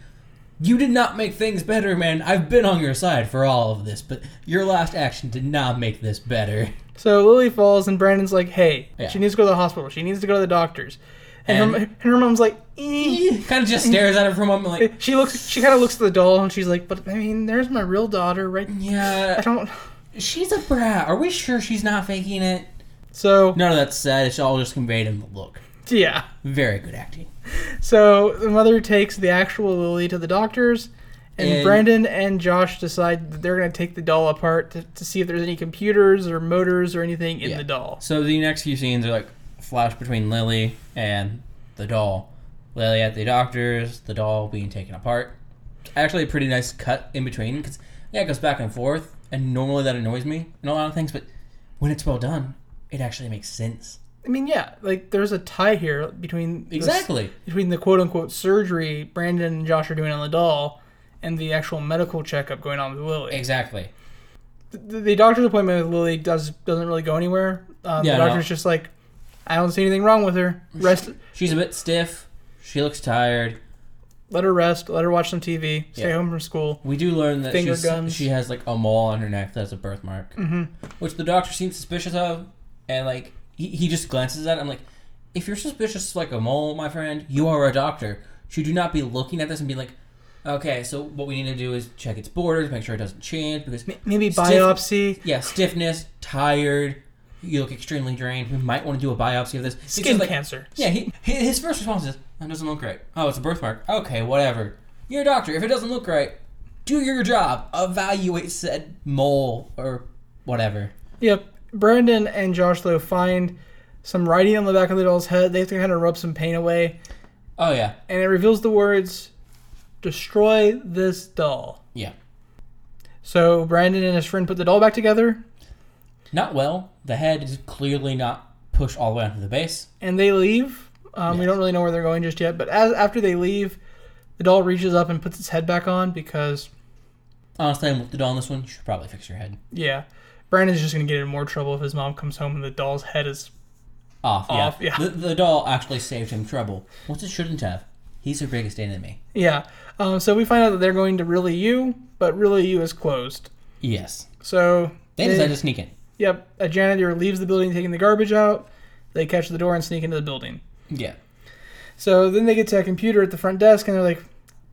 you did not make things better, man. I've been on your side for all of this, but your last action did not make this better. So Lily falls, and Brandon's like, "Hey, Yeah. she needs to go to the hospital. She needs to go to the doctors." And, her, And- and her mom's like, "Eh." kind of just stares at her for a moment, like, she looks. She kind of looks at the doll, and she's like, "But I mean, there's my real daughter, right?" I yeah, don't. She's a brat. Are we sure she's not faking it? So None of that's said. It's all just conveyed in the look. yeah. Very good acting. So the mother takes the actual Lily to the doctors, and, And- Brandon and Josh decide that they're gonna take the doll apart to, to see if there's any computers or motors or anything in Yeah. the doll. So the next few scenes are like flash between Lily and the doll. Lily at the doctor's, the doll being taken apart. Actually, a pretty nice cut in between because yeah, it goes back and forth, and normally that annoys me in a lot of things, but when it's well done, it actually makes sense. I mean, yeah, like there's a tie here between the- Exactly. between the quote unquote surgery Brandon and Josh are doing on the doll and the actual medical checkup going on with Lily. Exactly. The, the doctor's appointment with Lily does doesn't really go anywhere. Um, Yeah, the no. doctor's just like, I don't see anything wrong with her. Rest, She's a bit stiff. She looks tired. let her rest, let her watch some TV, stay Yeah. home from school. We do learn that Finger she's, guns. she has like a mole on her neck that's a birthmark, mm-hmm. which the doctor seems suspicious of, and like he, he just glances at it. I'm like, if you're suspicious of like a mole, my friend, you are a doctor. You do not be looking at this and be like, okay, so what we need to do is check its borders, make sure it doesn't change because Maybe Stiff- biopsy. yeah, stiffness, tired, you look extremely drained. We might want to do a biopsy of this It's Skin just like- cancer. Yeah, he, hi- his first response is, "That doesn't look right." Oh, it's a birthmark. Okay, whatever. You're a doctor. If it doesn't look right, do your job. Evaluate said mole or whatever. Yep. Brandon and Josh though find some writing on the back of the doll's head. They have to kind of rub some pain away, Oh yeah, and it reveals the words "Destroy this doll." yeah. So Brandon and his friend put the doll back together, Not well. The head is clearly not pushed all the way onto the base. and they leave. Um, We Yes. don't really know where they're going just yet, but as after they leave, the doll reaches up and puts its head back on because Honestly, I'm with the doll on this one. You should probably fix your head yeah, Brandon's just gonna get in more trouble if his mom comes home and the doll's head is off. Yeah, Off, yeah. The, the doll actually saved him trouble, which it shouldn't have. He's her biggest enemy. yeah. Um, so we find out that they're going to really you, but really you is closed. Yes, So they Eh. decided to sneak in. Yep, a janitor leaves the building taking the garbage out. They catch the door and sneak into the building. Yeah. So then they get to a computer at the front desk and they're like,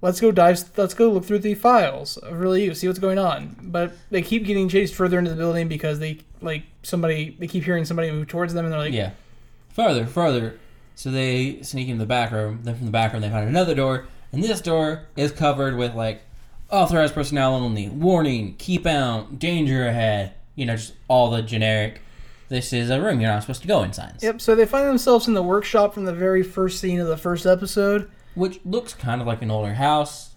"Let's go dive. Let's go look through the files of really you see what's going on." But they keep getting chased further into the building because they like somebody. They keep hearing somebody move towards them and they're like, Yeah. Farther, farther. So they sneak into the back room. Then from the back room, they find another door. And this door is covered with, like, authorized personnel only, warning, keep out, danger ahead. You know, just all the generic, this is a room you're not supposed to go in signs. "Yep." So they find themselves in the workshop from the very first scene of the first episode, Which looks kind of like an older house.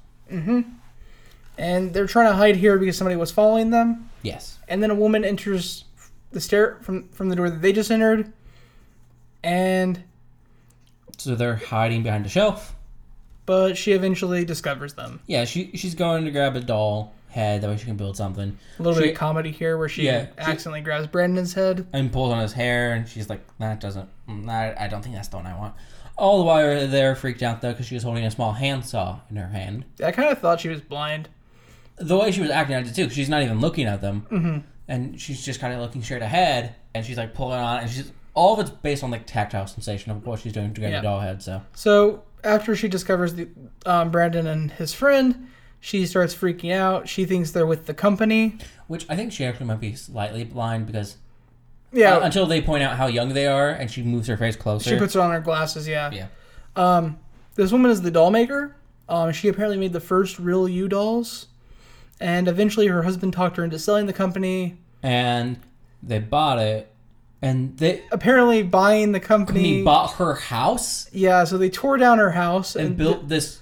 and they're trying to hide here because somebody was following them. Yes. and then a woman enters the stair from from the door that they just entered and So they're hiding behind a shelf. but she eventually discovers them Yeah, she she's going to grab a doll head. That way she can build something. a little She- bit of comedy here where she Yeah, she- accidentally grabs brandon's head and pulls on his hair, and she's like, "That doesn't. mm, I, I don't think that's the one I want." All the while they're freaked out though, because she was holding a small handsaw in her hand. i kind of thought she was blind The way she was acting, I did too. 'cause She's not even looking at them, mm-hmm. and she's just kind of looking straight ahead, and she's like pulling on, and she's all of it's based on like tactile sensation of what she's doing to get Yeah. the doll head. So so after she discovers the um, brandon and his friend she starts freaking out she thinks they're with the company which I think she actually might be slightly blind because yeah uh, until they point out how young they are, and she moves her face closer. she puts it on her glasses yeah Um, yeah. this woman is the doll maker. Um, she apparently made the first real U dolls, and eventually her husband talked her into selling the company. And they bought it, and they Apparently, buying the company. he bought her house. yeah, so they tore down her house and, and built this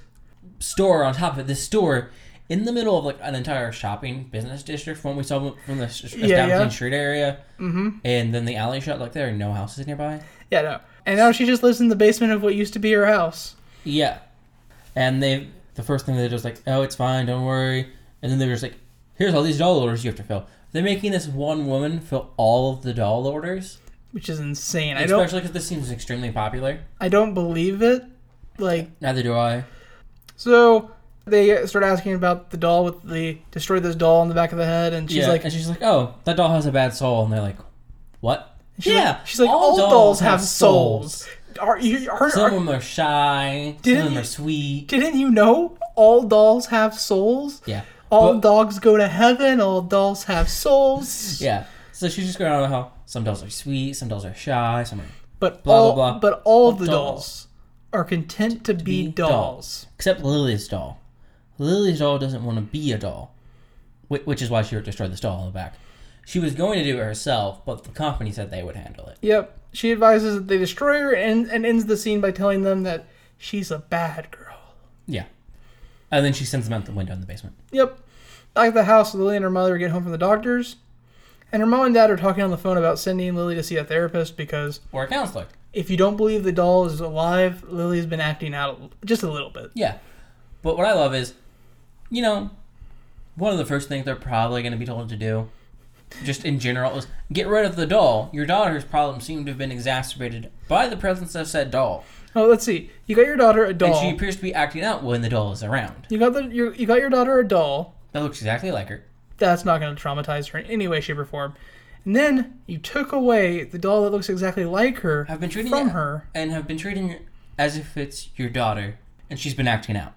store on top of it. This store in the middle of like an entire shopping business district from what we saw from the establishing yeah. street area, mm-hmm. and then the alley shot. Like there are no houses nearby. yeah, no. And now she just lives in the basement of what used to be her house. Yeah, and they the first thing they did was like, oh, it's fine, don't worry. And then they were just like, here's all these doll orders you have to fill. They're making this one woman fill all of the doll orders, Which is insane. I don't, especially because this seems extremely popular. I don't believe it. Like, Neither do I. so they start asking about the doll with the destroy this doll on the back of the head, and she's yeah. like, and she's like, oh, that doll has a bad soul, and they're like, what? she's like, she's like, all, dolls have souls. Are you? Are, Some are, of them are shy. Some Didn't of them you- are sweet. Didn't you know all dolls have souls? Yeah. All But- dogs go to heaven. All dolls have souls. Yeah. So she's just going on about how some dolls are sweet, some dolls are shy, some are. But Blah, blah, all blah. but all of the dolls. dolls. are content to be, be dolls. Except Lily's doll. Lily's doll doesn't want to be a doll, whi- which is why she destroyed this doll in the back. She was going to do it herself, but the company said they would handle it. Yep. She advises that they destroy her and, and ends the scene by telling them that she's a bad girl. Yeah. And then she sends them out the window in the basement. Yep. Back at the house, Lily and her mother get home from the doctors, and her mom and dad are talking on the phone about sending Lily to see a therapist because Or a counselor. if you don't believe the doll is alive, Lily's been acting out a- just a little bit. Yeah. But what I love is, you know, one of the first things they're probably going to be told to do just in general, it was get rid of the doll. Your daughter's problems seem to have been exacerbated by the presence of said doll, Oh, let's see. You got your daughter a and doll. she appears to be acting out when the doll is around. You got the your, you got your daughter a doll. That looks exactly like her. That's not going to traumatize her in any way, shape, or form. And then you took away the doll that looks exactly like her I've been treating from it- her. and have been treating her as if it's your daughter, and she's been acting out.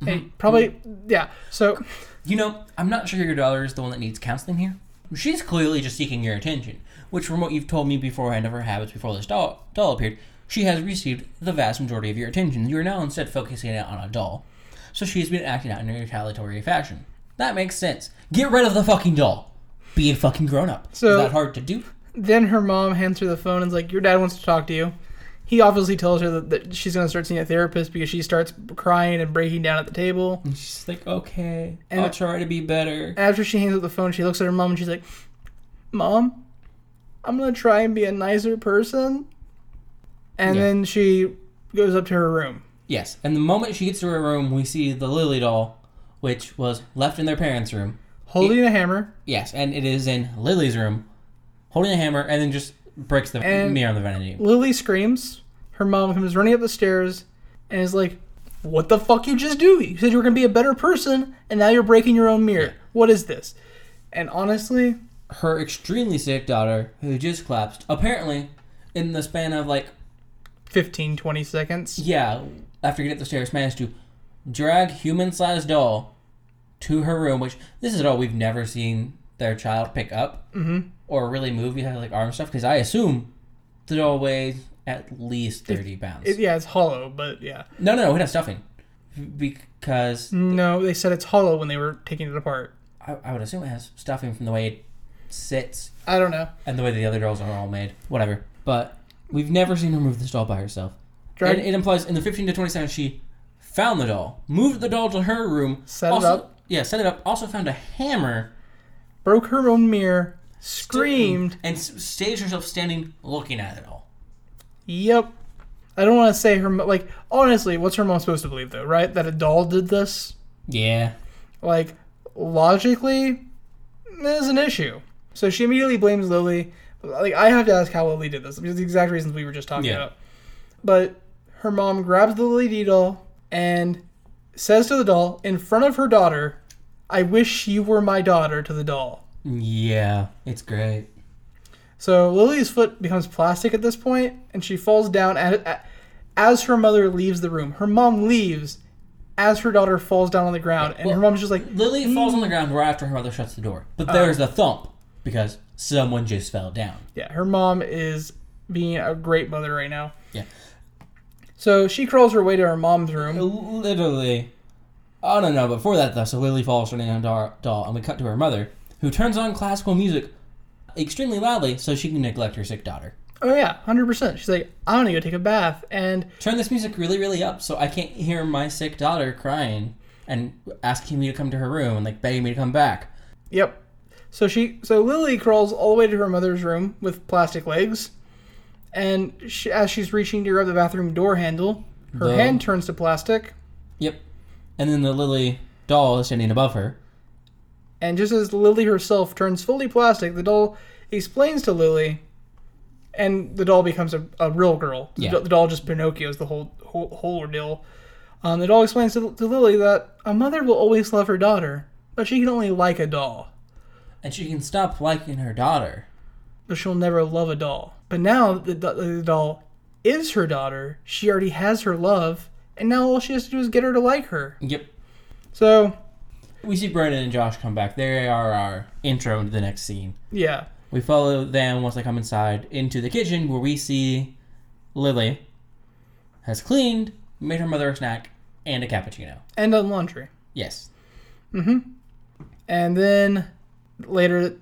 Mm-hmm. And probably, yeah. So You know, I'm not sure your daughter is the one that needs counseling here. She's clearly just seeking your attention, which, from what you've told me beforehand of her habits before this doll, doll appeared, she has received the vast majority of your attention. You are now instead focusing it on a doll. So she has been acting out in a retaliatory fashion. That makes sense. Get rid of the fucking doll. Be a fucking grown up. So- is that hard to do? then her mom hands her the phone and's like, "Your dad wants to talk to you." He obviously tells her that, that she's going to start seeing a therapist because she starts crying and breaking down at the table. And she's like, okay, And- I'll try to be better. After she hangs up the phone, she looks at her mom and she's like, "Mom, I'm going to try and be a nicer person." And Yeah. then she goes up to her room. Yes, and the moment she gets to her room, we see the Lily doll, which was left in their parents' room. holding a hammer. Yes, and it is in Lily's room, holding a hammer, and then just breaks the And- mirror on the vanity. Lily screams. Her mom comes running up the stairs and is like, "What the fuck you just do? You said you were gonna be a better person, and now you're breaking your own mirror. What is this?" And honestly, Her extremely sick daughter, who just collapsed, apparently in the span of like 15, 20 seconds. yeah, after getting up the stairs, managed to drag human-sized doll to her room, which this is a doll we've never seen their child pick up or really move. You have like arm stuff because I assume the doll weighs at least thirty pounds. It, yeah, it's hollow, but yeah. No, no, no, it has stuffing. Because No, they said it's hollow when they were taking it apart. I, I would assume it has stuffing from the way it sits I don't know. and the way the other dolls are all made. Whatever. But we've never seen her move this doll by herself. Drag- And it implies in the 15 to 20 seconds she found the doll, moved the doll to her room, Set it also- up. Yeah, set it up. Also found a hammer, Broke her own mirror. Screamed. and s- staged herself standing looking at it all. Yep. I don't want to say her mo- like honestly. What's her mom supposed to believe though? Right? That a doll did this. Yeah. like logically is an issue. So she immediately blames Lily. Like I have to ask how Lily did this because the exact reasons we were just talking Yeah. about. But her mom grabs the Lily doll and says to the doll in front of her daughter, "I wish you were my daughter." To the doll. Yeah. It's great. So Lily's foot becomes plastic at this point, and she falls down at, at, as her mother leaves the room. Her mom leaves as her daughter falls down on the ground, and her mom's just like, Lily falls on the ground right after her mother shuts the door. Uh. But there's a thump because someone just fell down. Yeah, her mom is being a great mother right now. Yeah. So she crawls her way to her mom's room. literally. Oh no no! Before that though, so Lily falls running on a doll, and we cut to her mother, who turns on classical music extremely loudly so she can neglect her sick daughter. Oh yeah, hundred percent. She's like, I want to go take a bath, and Turn this music really really up so I can't hear my sick daughter crying and asking me to come to her room and like begging me to come back. yep. So she, so Lily crawls all the way to her mother's room with plastic legs, and she, as she's reaching to grab the bathroom door handle, her The- hand turns to plastic, Yep. And then the Lily doll is standing above her. and just as Lily herself turns fully plastic, the doll explains to Lily, and the doll becomes a, a real girl. The, Yeah. do- the doll just Pinocchio's the whole whole, whole ordeal. Um, the doll explains to, to Lily that a mother will always love her daughter, but she can only like a doll, And she can stop liking her daughter. but she'll never love a doll. But now that the, the doll is her daughter, she already has her love, and now all she has to do is get her to like her. Yep. So, We see Brandon and Josh come back. They are our intro into the next scene. yeah. We follow them once they come inside into the kitchen where we see Lily has cleaned, made her mother a snack, and a cappuccino. And on laundry. Yes. and then later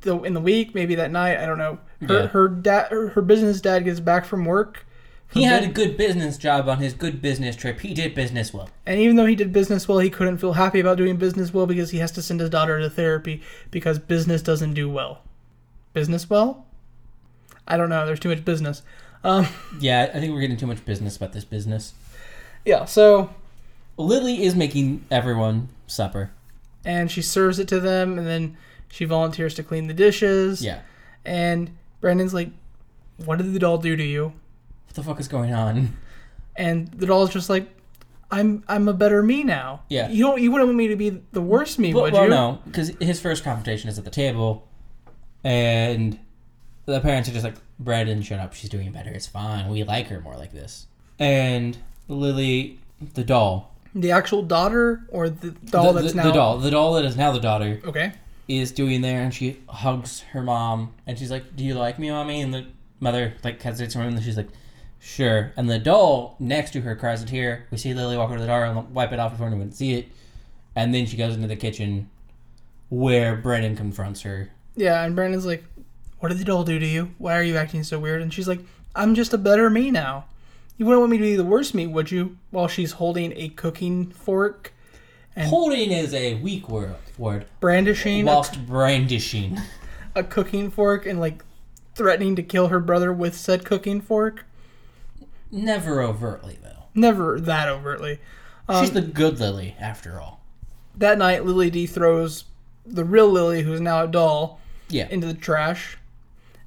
the, in the week, maybe that night, I don't know. Her Yeah. her dad, her, her business dad gets back from work, He had a good business job on his good business trip. He did business well. and even though he did business well, he couldn't feel happy about doing business well because he has to send his daughter to therapy because business doesn't do well. Business well? I don't know. There's too much business. Um, Yeah, I think we're getting too much business about this business. yeah. So Lily is making everyone supper. and she serves it to them, and then She volunteers to clean the dishes. Yeah. And Brandon's like, What did the doll do to you? What the fuck is going on? And the doll's just like, I'm I'm a better me now. Yeah. You don't you wouldn't want me to be the worst me, Well, would well, you? no, because his first confrontation is at the table, and the parents are just like, "Brandon, shut up. She's doing better. It's fine. We like her more like this." And Lily, the doll, The actual daughter or the doll the, that's the- now the doll, the doll that is now the daughter, Okay. is doing there, and she hugs her mom, and she's like, "Do you like me, mommy?" And the mother like hesitates for a moment, and she's like, "Sure." And the doll next to her cries a tear. We see Lily walk over to the door and wipe it off before anyone can see it, and then she goes into the kitchen, where Brennan confronts her. Yeah, and Brandon's like, What did the doll do to you? Why are you acting so weird? And she's like, I'm just a better me now. You wouldn't want me to be the worst me, would you? While she's holding a cooking fork, Holding is a weak word. Word brandishing a whilst brandishing. a cooking fork and like threatening to kill her brother with said cooking fork. Never overtly though. Never that overtly. She's the good Lily after all. That night, Lily D throws the real Lily, who's now a doll, Yeah. into the trash.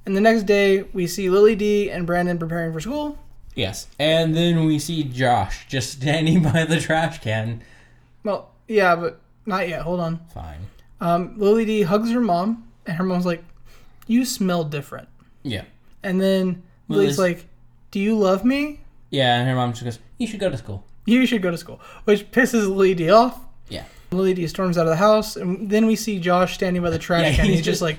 And the next day, we see Lily D and Brandon preparing for school. yes. And then we see Josh just standing by the trash can. Well, yeah, but not yet. Hold on. Fine. Um, Lily D hugs her mom, and her mom's like, "You smell different." Yeah. And then Lily's Lily's- like, "Do you love me? Yeah, and her mom just goes, You should go to school. You should go to school," which pisses Lily D off. Yeah. Lily D storms out of the house, and then we see Josh standing by the trash Yeah, can. He's, he's just just- like,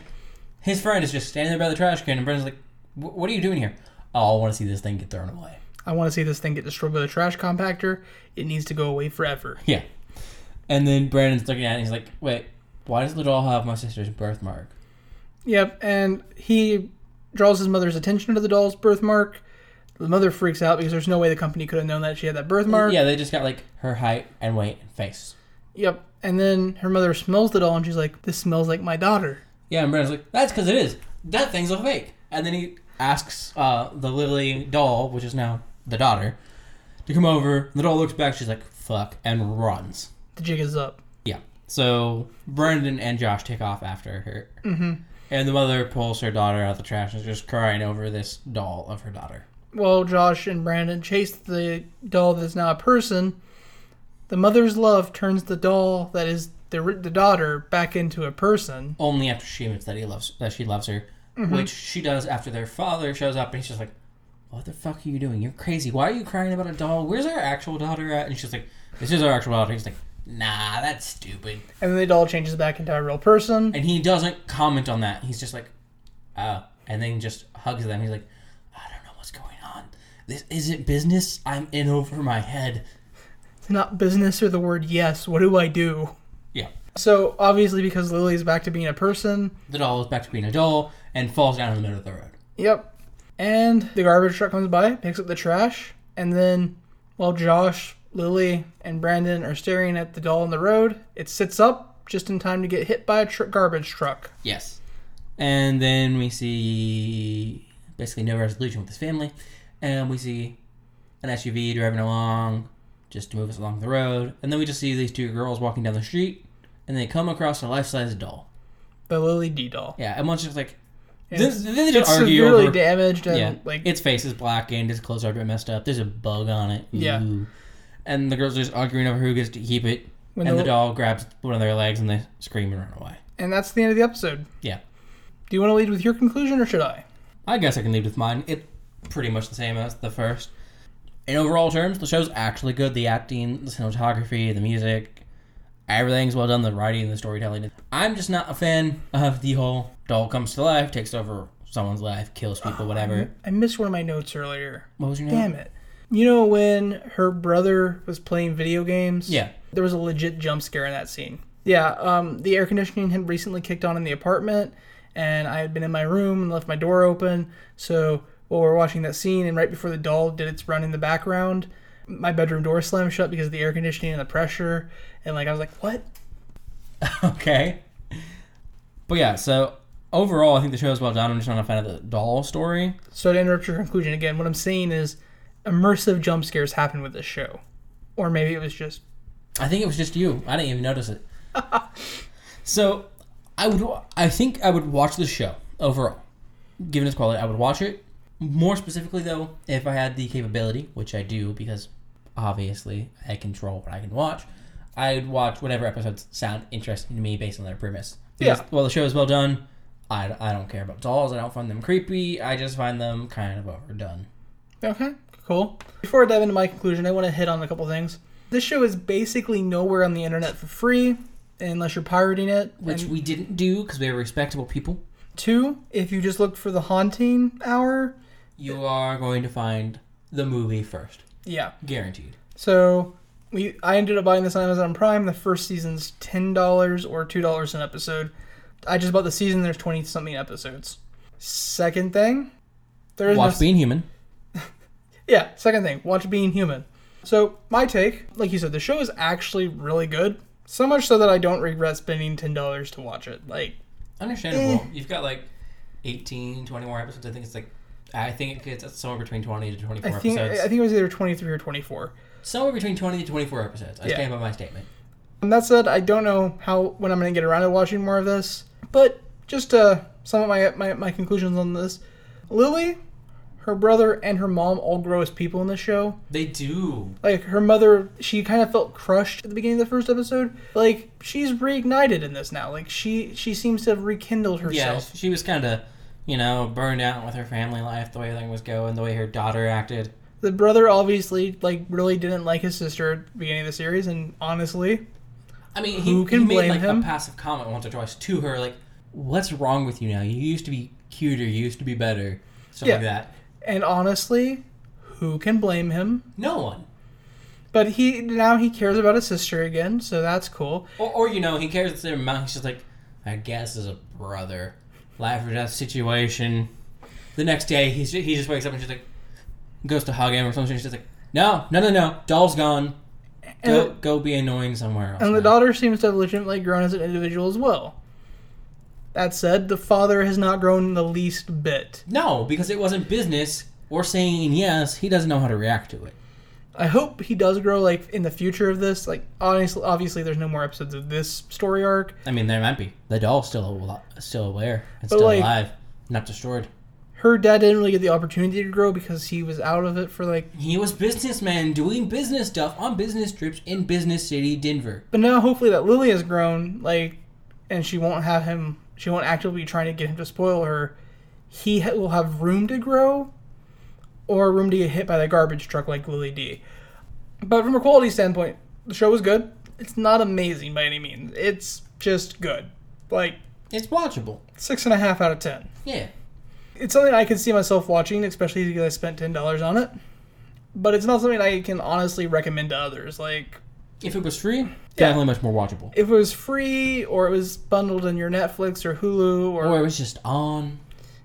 His friend is just standing there by the trash can, and Brendan's like, "Wh- What are you doing here? Oh, I want to see this thing get thrown away. "I want to see this thing get destroyed by the trash compactor. It needs to go away forever." Yeah. And then Brandon's looking at it, and he's like, Wait, why does the doll have my sister's birthmark? Yep, and he draws his mother's attention to the doll's birthmark. The mother freaks out because there's no way the company could have known that she had that birthmark. Yeah, they just got like her height and weight and face. Yep. And then her mother smells the doll and she's like, "This smells like my daughter." Yeah, and Brandon's like, That's because it is. That thing's a fake. And then he asks uh, the Lily doll, which is now the daughter, to come over. The doll looks back, she's like, Fuck, and runs. The jig is up. Yeah. So Brandon and Josh take off after her. Mm-hmm. And the mother pulls her daughter out of the trash and is just crying over this doll of her daughter. Well, Josh and Brandon chase the doll that's now a person. The mother's love turns the doll that is the, the daughter back into a person. Only after she admits that he loves that she loves her, which she does after their father shows up and he's just like, "What the fuck are you doing? You're crazy. Why are you crying about a doll? Where's our actual daughter at?" And she's like, "This is our actual daughter." He's like, "Nah, that's stupid." And then the doll changes back into a real person. And he doesn't comment on that. He's just like, oh. And then just hugs them. He's like, I don't know what's going on. This isn't business. I'm in over my head. It's not business or the word yes. What do I do? Yeah. So, obviously, because Lily's back to being a person. The doll is back to being a doll and falls down in the middle of the road. Yep. And the garbage truck comes by, picks up the trash, and then while Josh, Lily, and Brandon are staring at the doll on the road, it sits up just in time to get hit by a tr- garbage truck. Yes. And then we see basically no resolution with his family. And we see an SUV driving along just to move us along the road. And then we just see these two girls walking down the street and they come across a life size doll. The Lily D doll. Yeah. And one's just like, It's- then they It's just argue severely over damaged and Yeah, like its face is blackened, its clothes are a bit messed up. There's a bug on it. Yeah. Ooh. and the girls are just arguing over who gets to keep it. When and the- the doll grabs one of their legs and they scream and run away. and that's the end of the episode. Yeah, Do you want to lead with your conclusion or should I? I guess I can leave with mine. It's pretty much the same as the first. In overall terms, the show's actually good. The acting, the cinematography, the music, everything's well done. The writing, the storytelling. I'm just not a fan of the whole doll comes to life, takes over someone's life, kills people, whatever. I missed one of my notes earlier. What was your name? Damn it. You know when her brother was playing video games? Yeah. There was a legit jump scare in that scene. Yeah, um, the air conditioning had recently kicked on in the apartment, and I had been in my room and left my door open. So while we were watching that scene, and right before the doll did its run in the background, my bedroom door slammed shut because of the air conditioning and the pressure. And like I was like, what? okay. But yeah, so overall, I think the show is well done. I'm just not a fan of the doll story. So to interrupt your conclusion again, what I'm saying is immersive jump scares happen with this show, or maybe it was just I think it was just you. I didn't even notice it. so I I would. I think I would watch the show overall, given its quality. I would watch it. More specifically, though, if I had the capability, which I do, because obviously I control what I can watch, I'd watch whatever episodes sound interesting to me based on their premise. Because, Yeah. Well, the show is well done. I, I don't care about dolls. I don't find them creepy. I just find them kind of overdone. Okay, cool. Before I dive into my conclusion, I want to hit on a couple things. This show is basically nowhere on the internet for free, unless you're pirating it. Which And we didn't do because we are respectable people. two, if you just look for the haunting hour, You are going to find the movie first. yeah. Guaranteed. So we, I ended up buying this on Amazon Prime. The first season's ten dollars or two dollars an episode. I just bought the season. There's twenty something episodes. Second thing, there's Watch Being Human. Yeah, second thing, watch Being Human. So, my take, like you said, the show is actually really good. So much so that I don't regret spending $10 to watch it. Like, Eh. Understandable. You've got like 18, 20 more episodes. I think it's like, I think it gets somewhere between 20 to 24 I think episodes. I think it was either 23 or 24. somewhere between 20 to 24 episodes. I Yeah. stand by my statement. And that said, I don't know how when I'm going to get around to watching more of this. But just to sum up my, my, my conclusions on this Lily, her brother, and her mom all grow as people in this show. They do. Like, her mother, she kind of felt crushed at the beginning of the first episode. Like, she's reignited in this now. Like, she, she seems to have rekindled Yeah, herself. she was kind of, you know, burned out with her family life, the way everything was going, the way her daughter acted. the brother obviously like really didn't like his sister at the beginning of the series and honestly I mean, he, Who can he made blame like him? a passive comment once or twice to her, like, "What's wrong with you now? You used to be cuter. You used to be better." Stuff like Yeah. that. and honestly who can blame him No one. but he now he cares about his sister again so that's cool Or, or you know, he cares the same amount. He's just like, I guess as a brother, life or death situation. The next day, he's ju- he just wakes up and she's like, goes to hug him or something. She's just like, no, no, no, no, doll's gone. and, Go, go be annoying somewhere else. and the now." daughter seems to have legitimately grown as an individual as well that said the father has not grown the least bit No, because it wasn't business or saying yes. He doesn't know how to react to it. i hope he does grow like in the future of this like honestly obviously there's no more episodes of this story arc I mean, there might be the doll's still al- still aware and But, still like- alive, not destroyed. her dad didn't really get the opportunity to grow because he was out of it for like He was businessman doing business stuff on business trips in business city Denver. But now, hopefully, that Lily has grown, like, and she won't have him. She won't actively be trying to get him to spoil her. He ha- will have room to grow, or room to get hit by the garbage truck like Lily D. But from a quality standpoint, the show was good. It's not amazing by any means. It's just good, like It's watchable. six and a half out of ten. Yeah. It's something I could see myself watching, especially because I spent ten dollars on it. But it's not something I can honestly recommend to others. Like, If it was free, definitely much more watchable. if it was free or it was bundled in your Netflix or Hulu or, Or it was just on.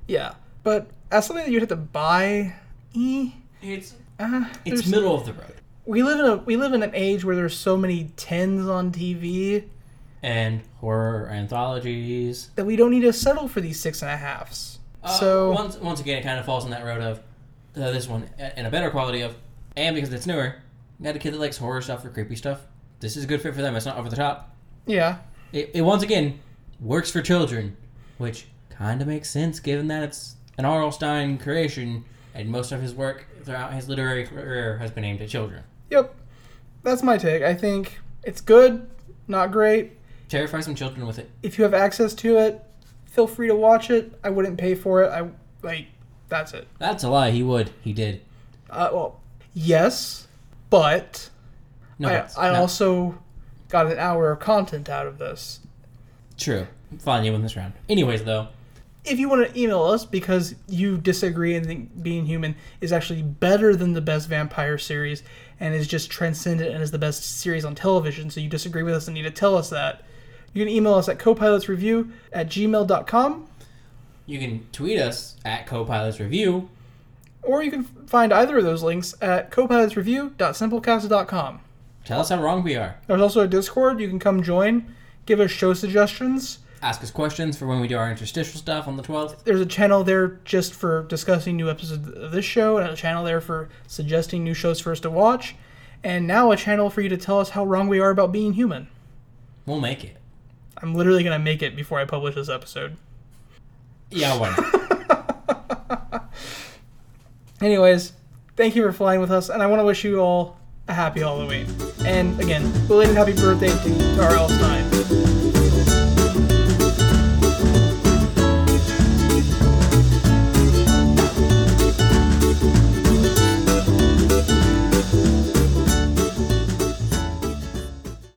yeah. But as something that you'd have to buy, eh, It's uh, it's there's- middle of the road. we live in a we live in an age where there's so many tens on TV And horror anthologies. that we don't need to settle for these six and a halves. Uh, so once once again, it kind of falls on that road of uh, this one a- and a better quality of, and because it's newer, you got a kid that likes horror stuff or creepy stuff. This is a good fit for them. It's not over the top. yeah, It, it once again works for children, which kind of makes sense given that it's an R.L. Stein creation, and most of his work throughout his literary career has been aimed at children. yep, that's my take. I think it's good, not great. Terrify some children with it. If you have access to it, feel free to watch it. I wouldn't pay for it. I like that's it. That's a lie. He would. He did. Uh, well, yes, but No, I, that's- I no. also got an hour of content out of this. True. Fine, you win this round. Anyways, though, If you want to email us because you disagree and think Being Human is actually better than the best vampire series and is just transcendent and is the best series on television, so you disagree with us and need to tell us that, you can email us at copilotsreview at gmail.com you can tweet us at Copilots Review. or you can find either of those links at copilotsreview.simplecast.com. Tell us how wrong we are. There's also a Discord. You can come join, give us show suggestions. Ask us questions for when we do our interstitial stuff on the 12th. there's a channel there just for discussing new episodes of this show, and a channel there for suggesting new shows for us to watch, and now a channel for you to tell us how wrong we are about being human. We'll make it. I'm literally gonna make it before I publish this episode. Yeah, why not? Anyways, thank you for flying with us, and I want to wish you all a happy Halloween. And again, belated happy birthday to RL Stein.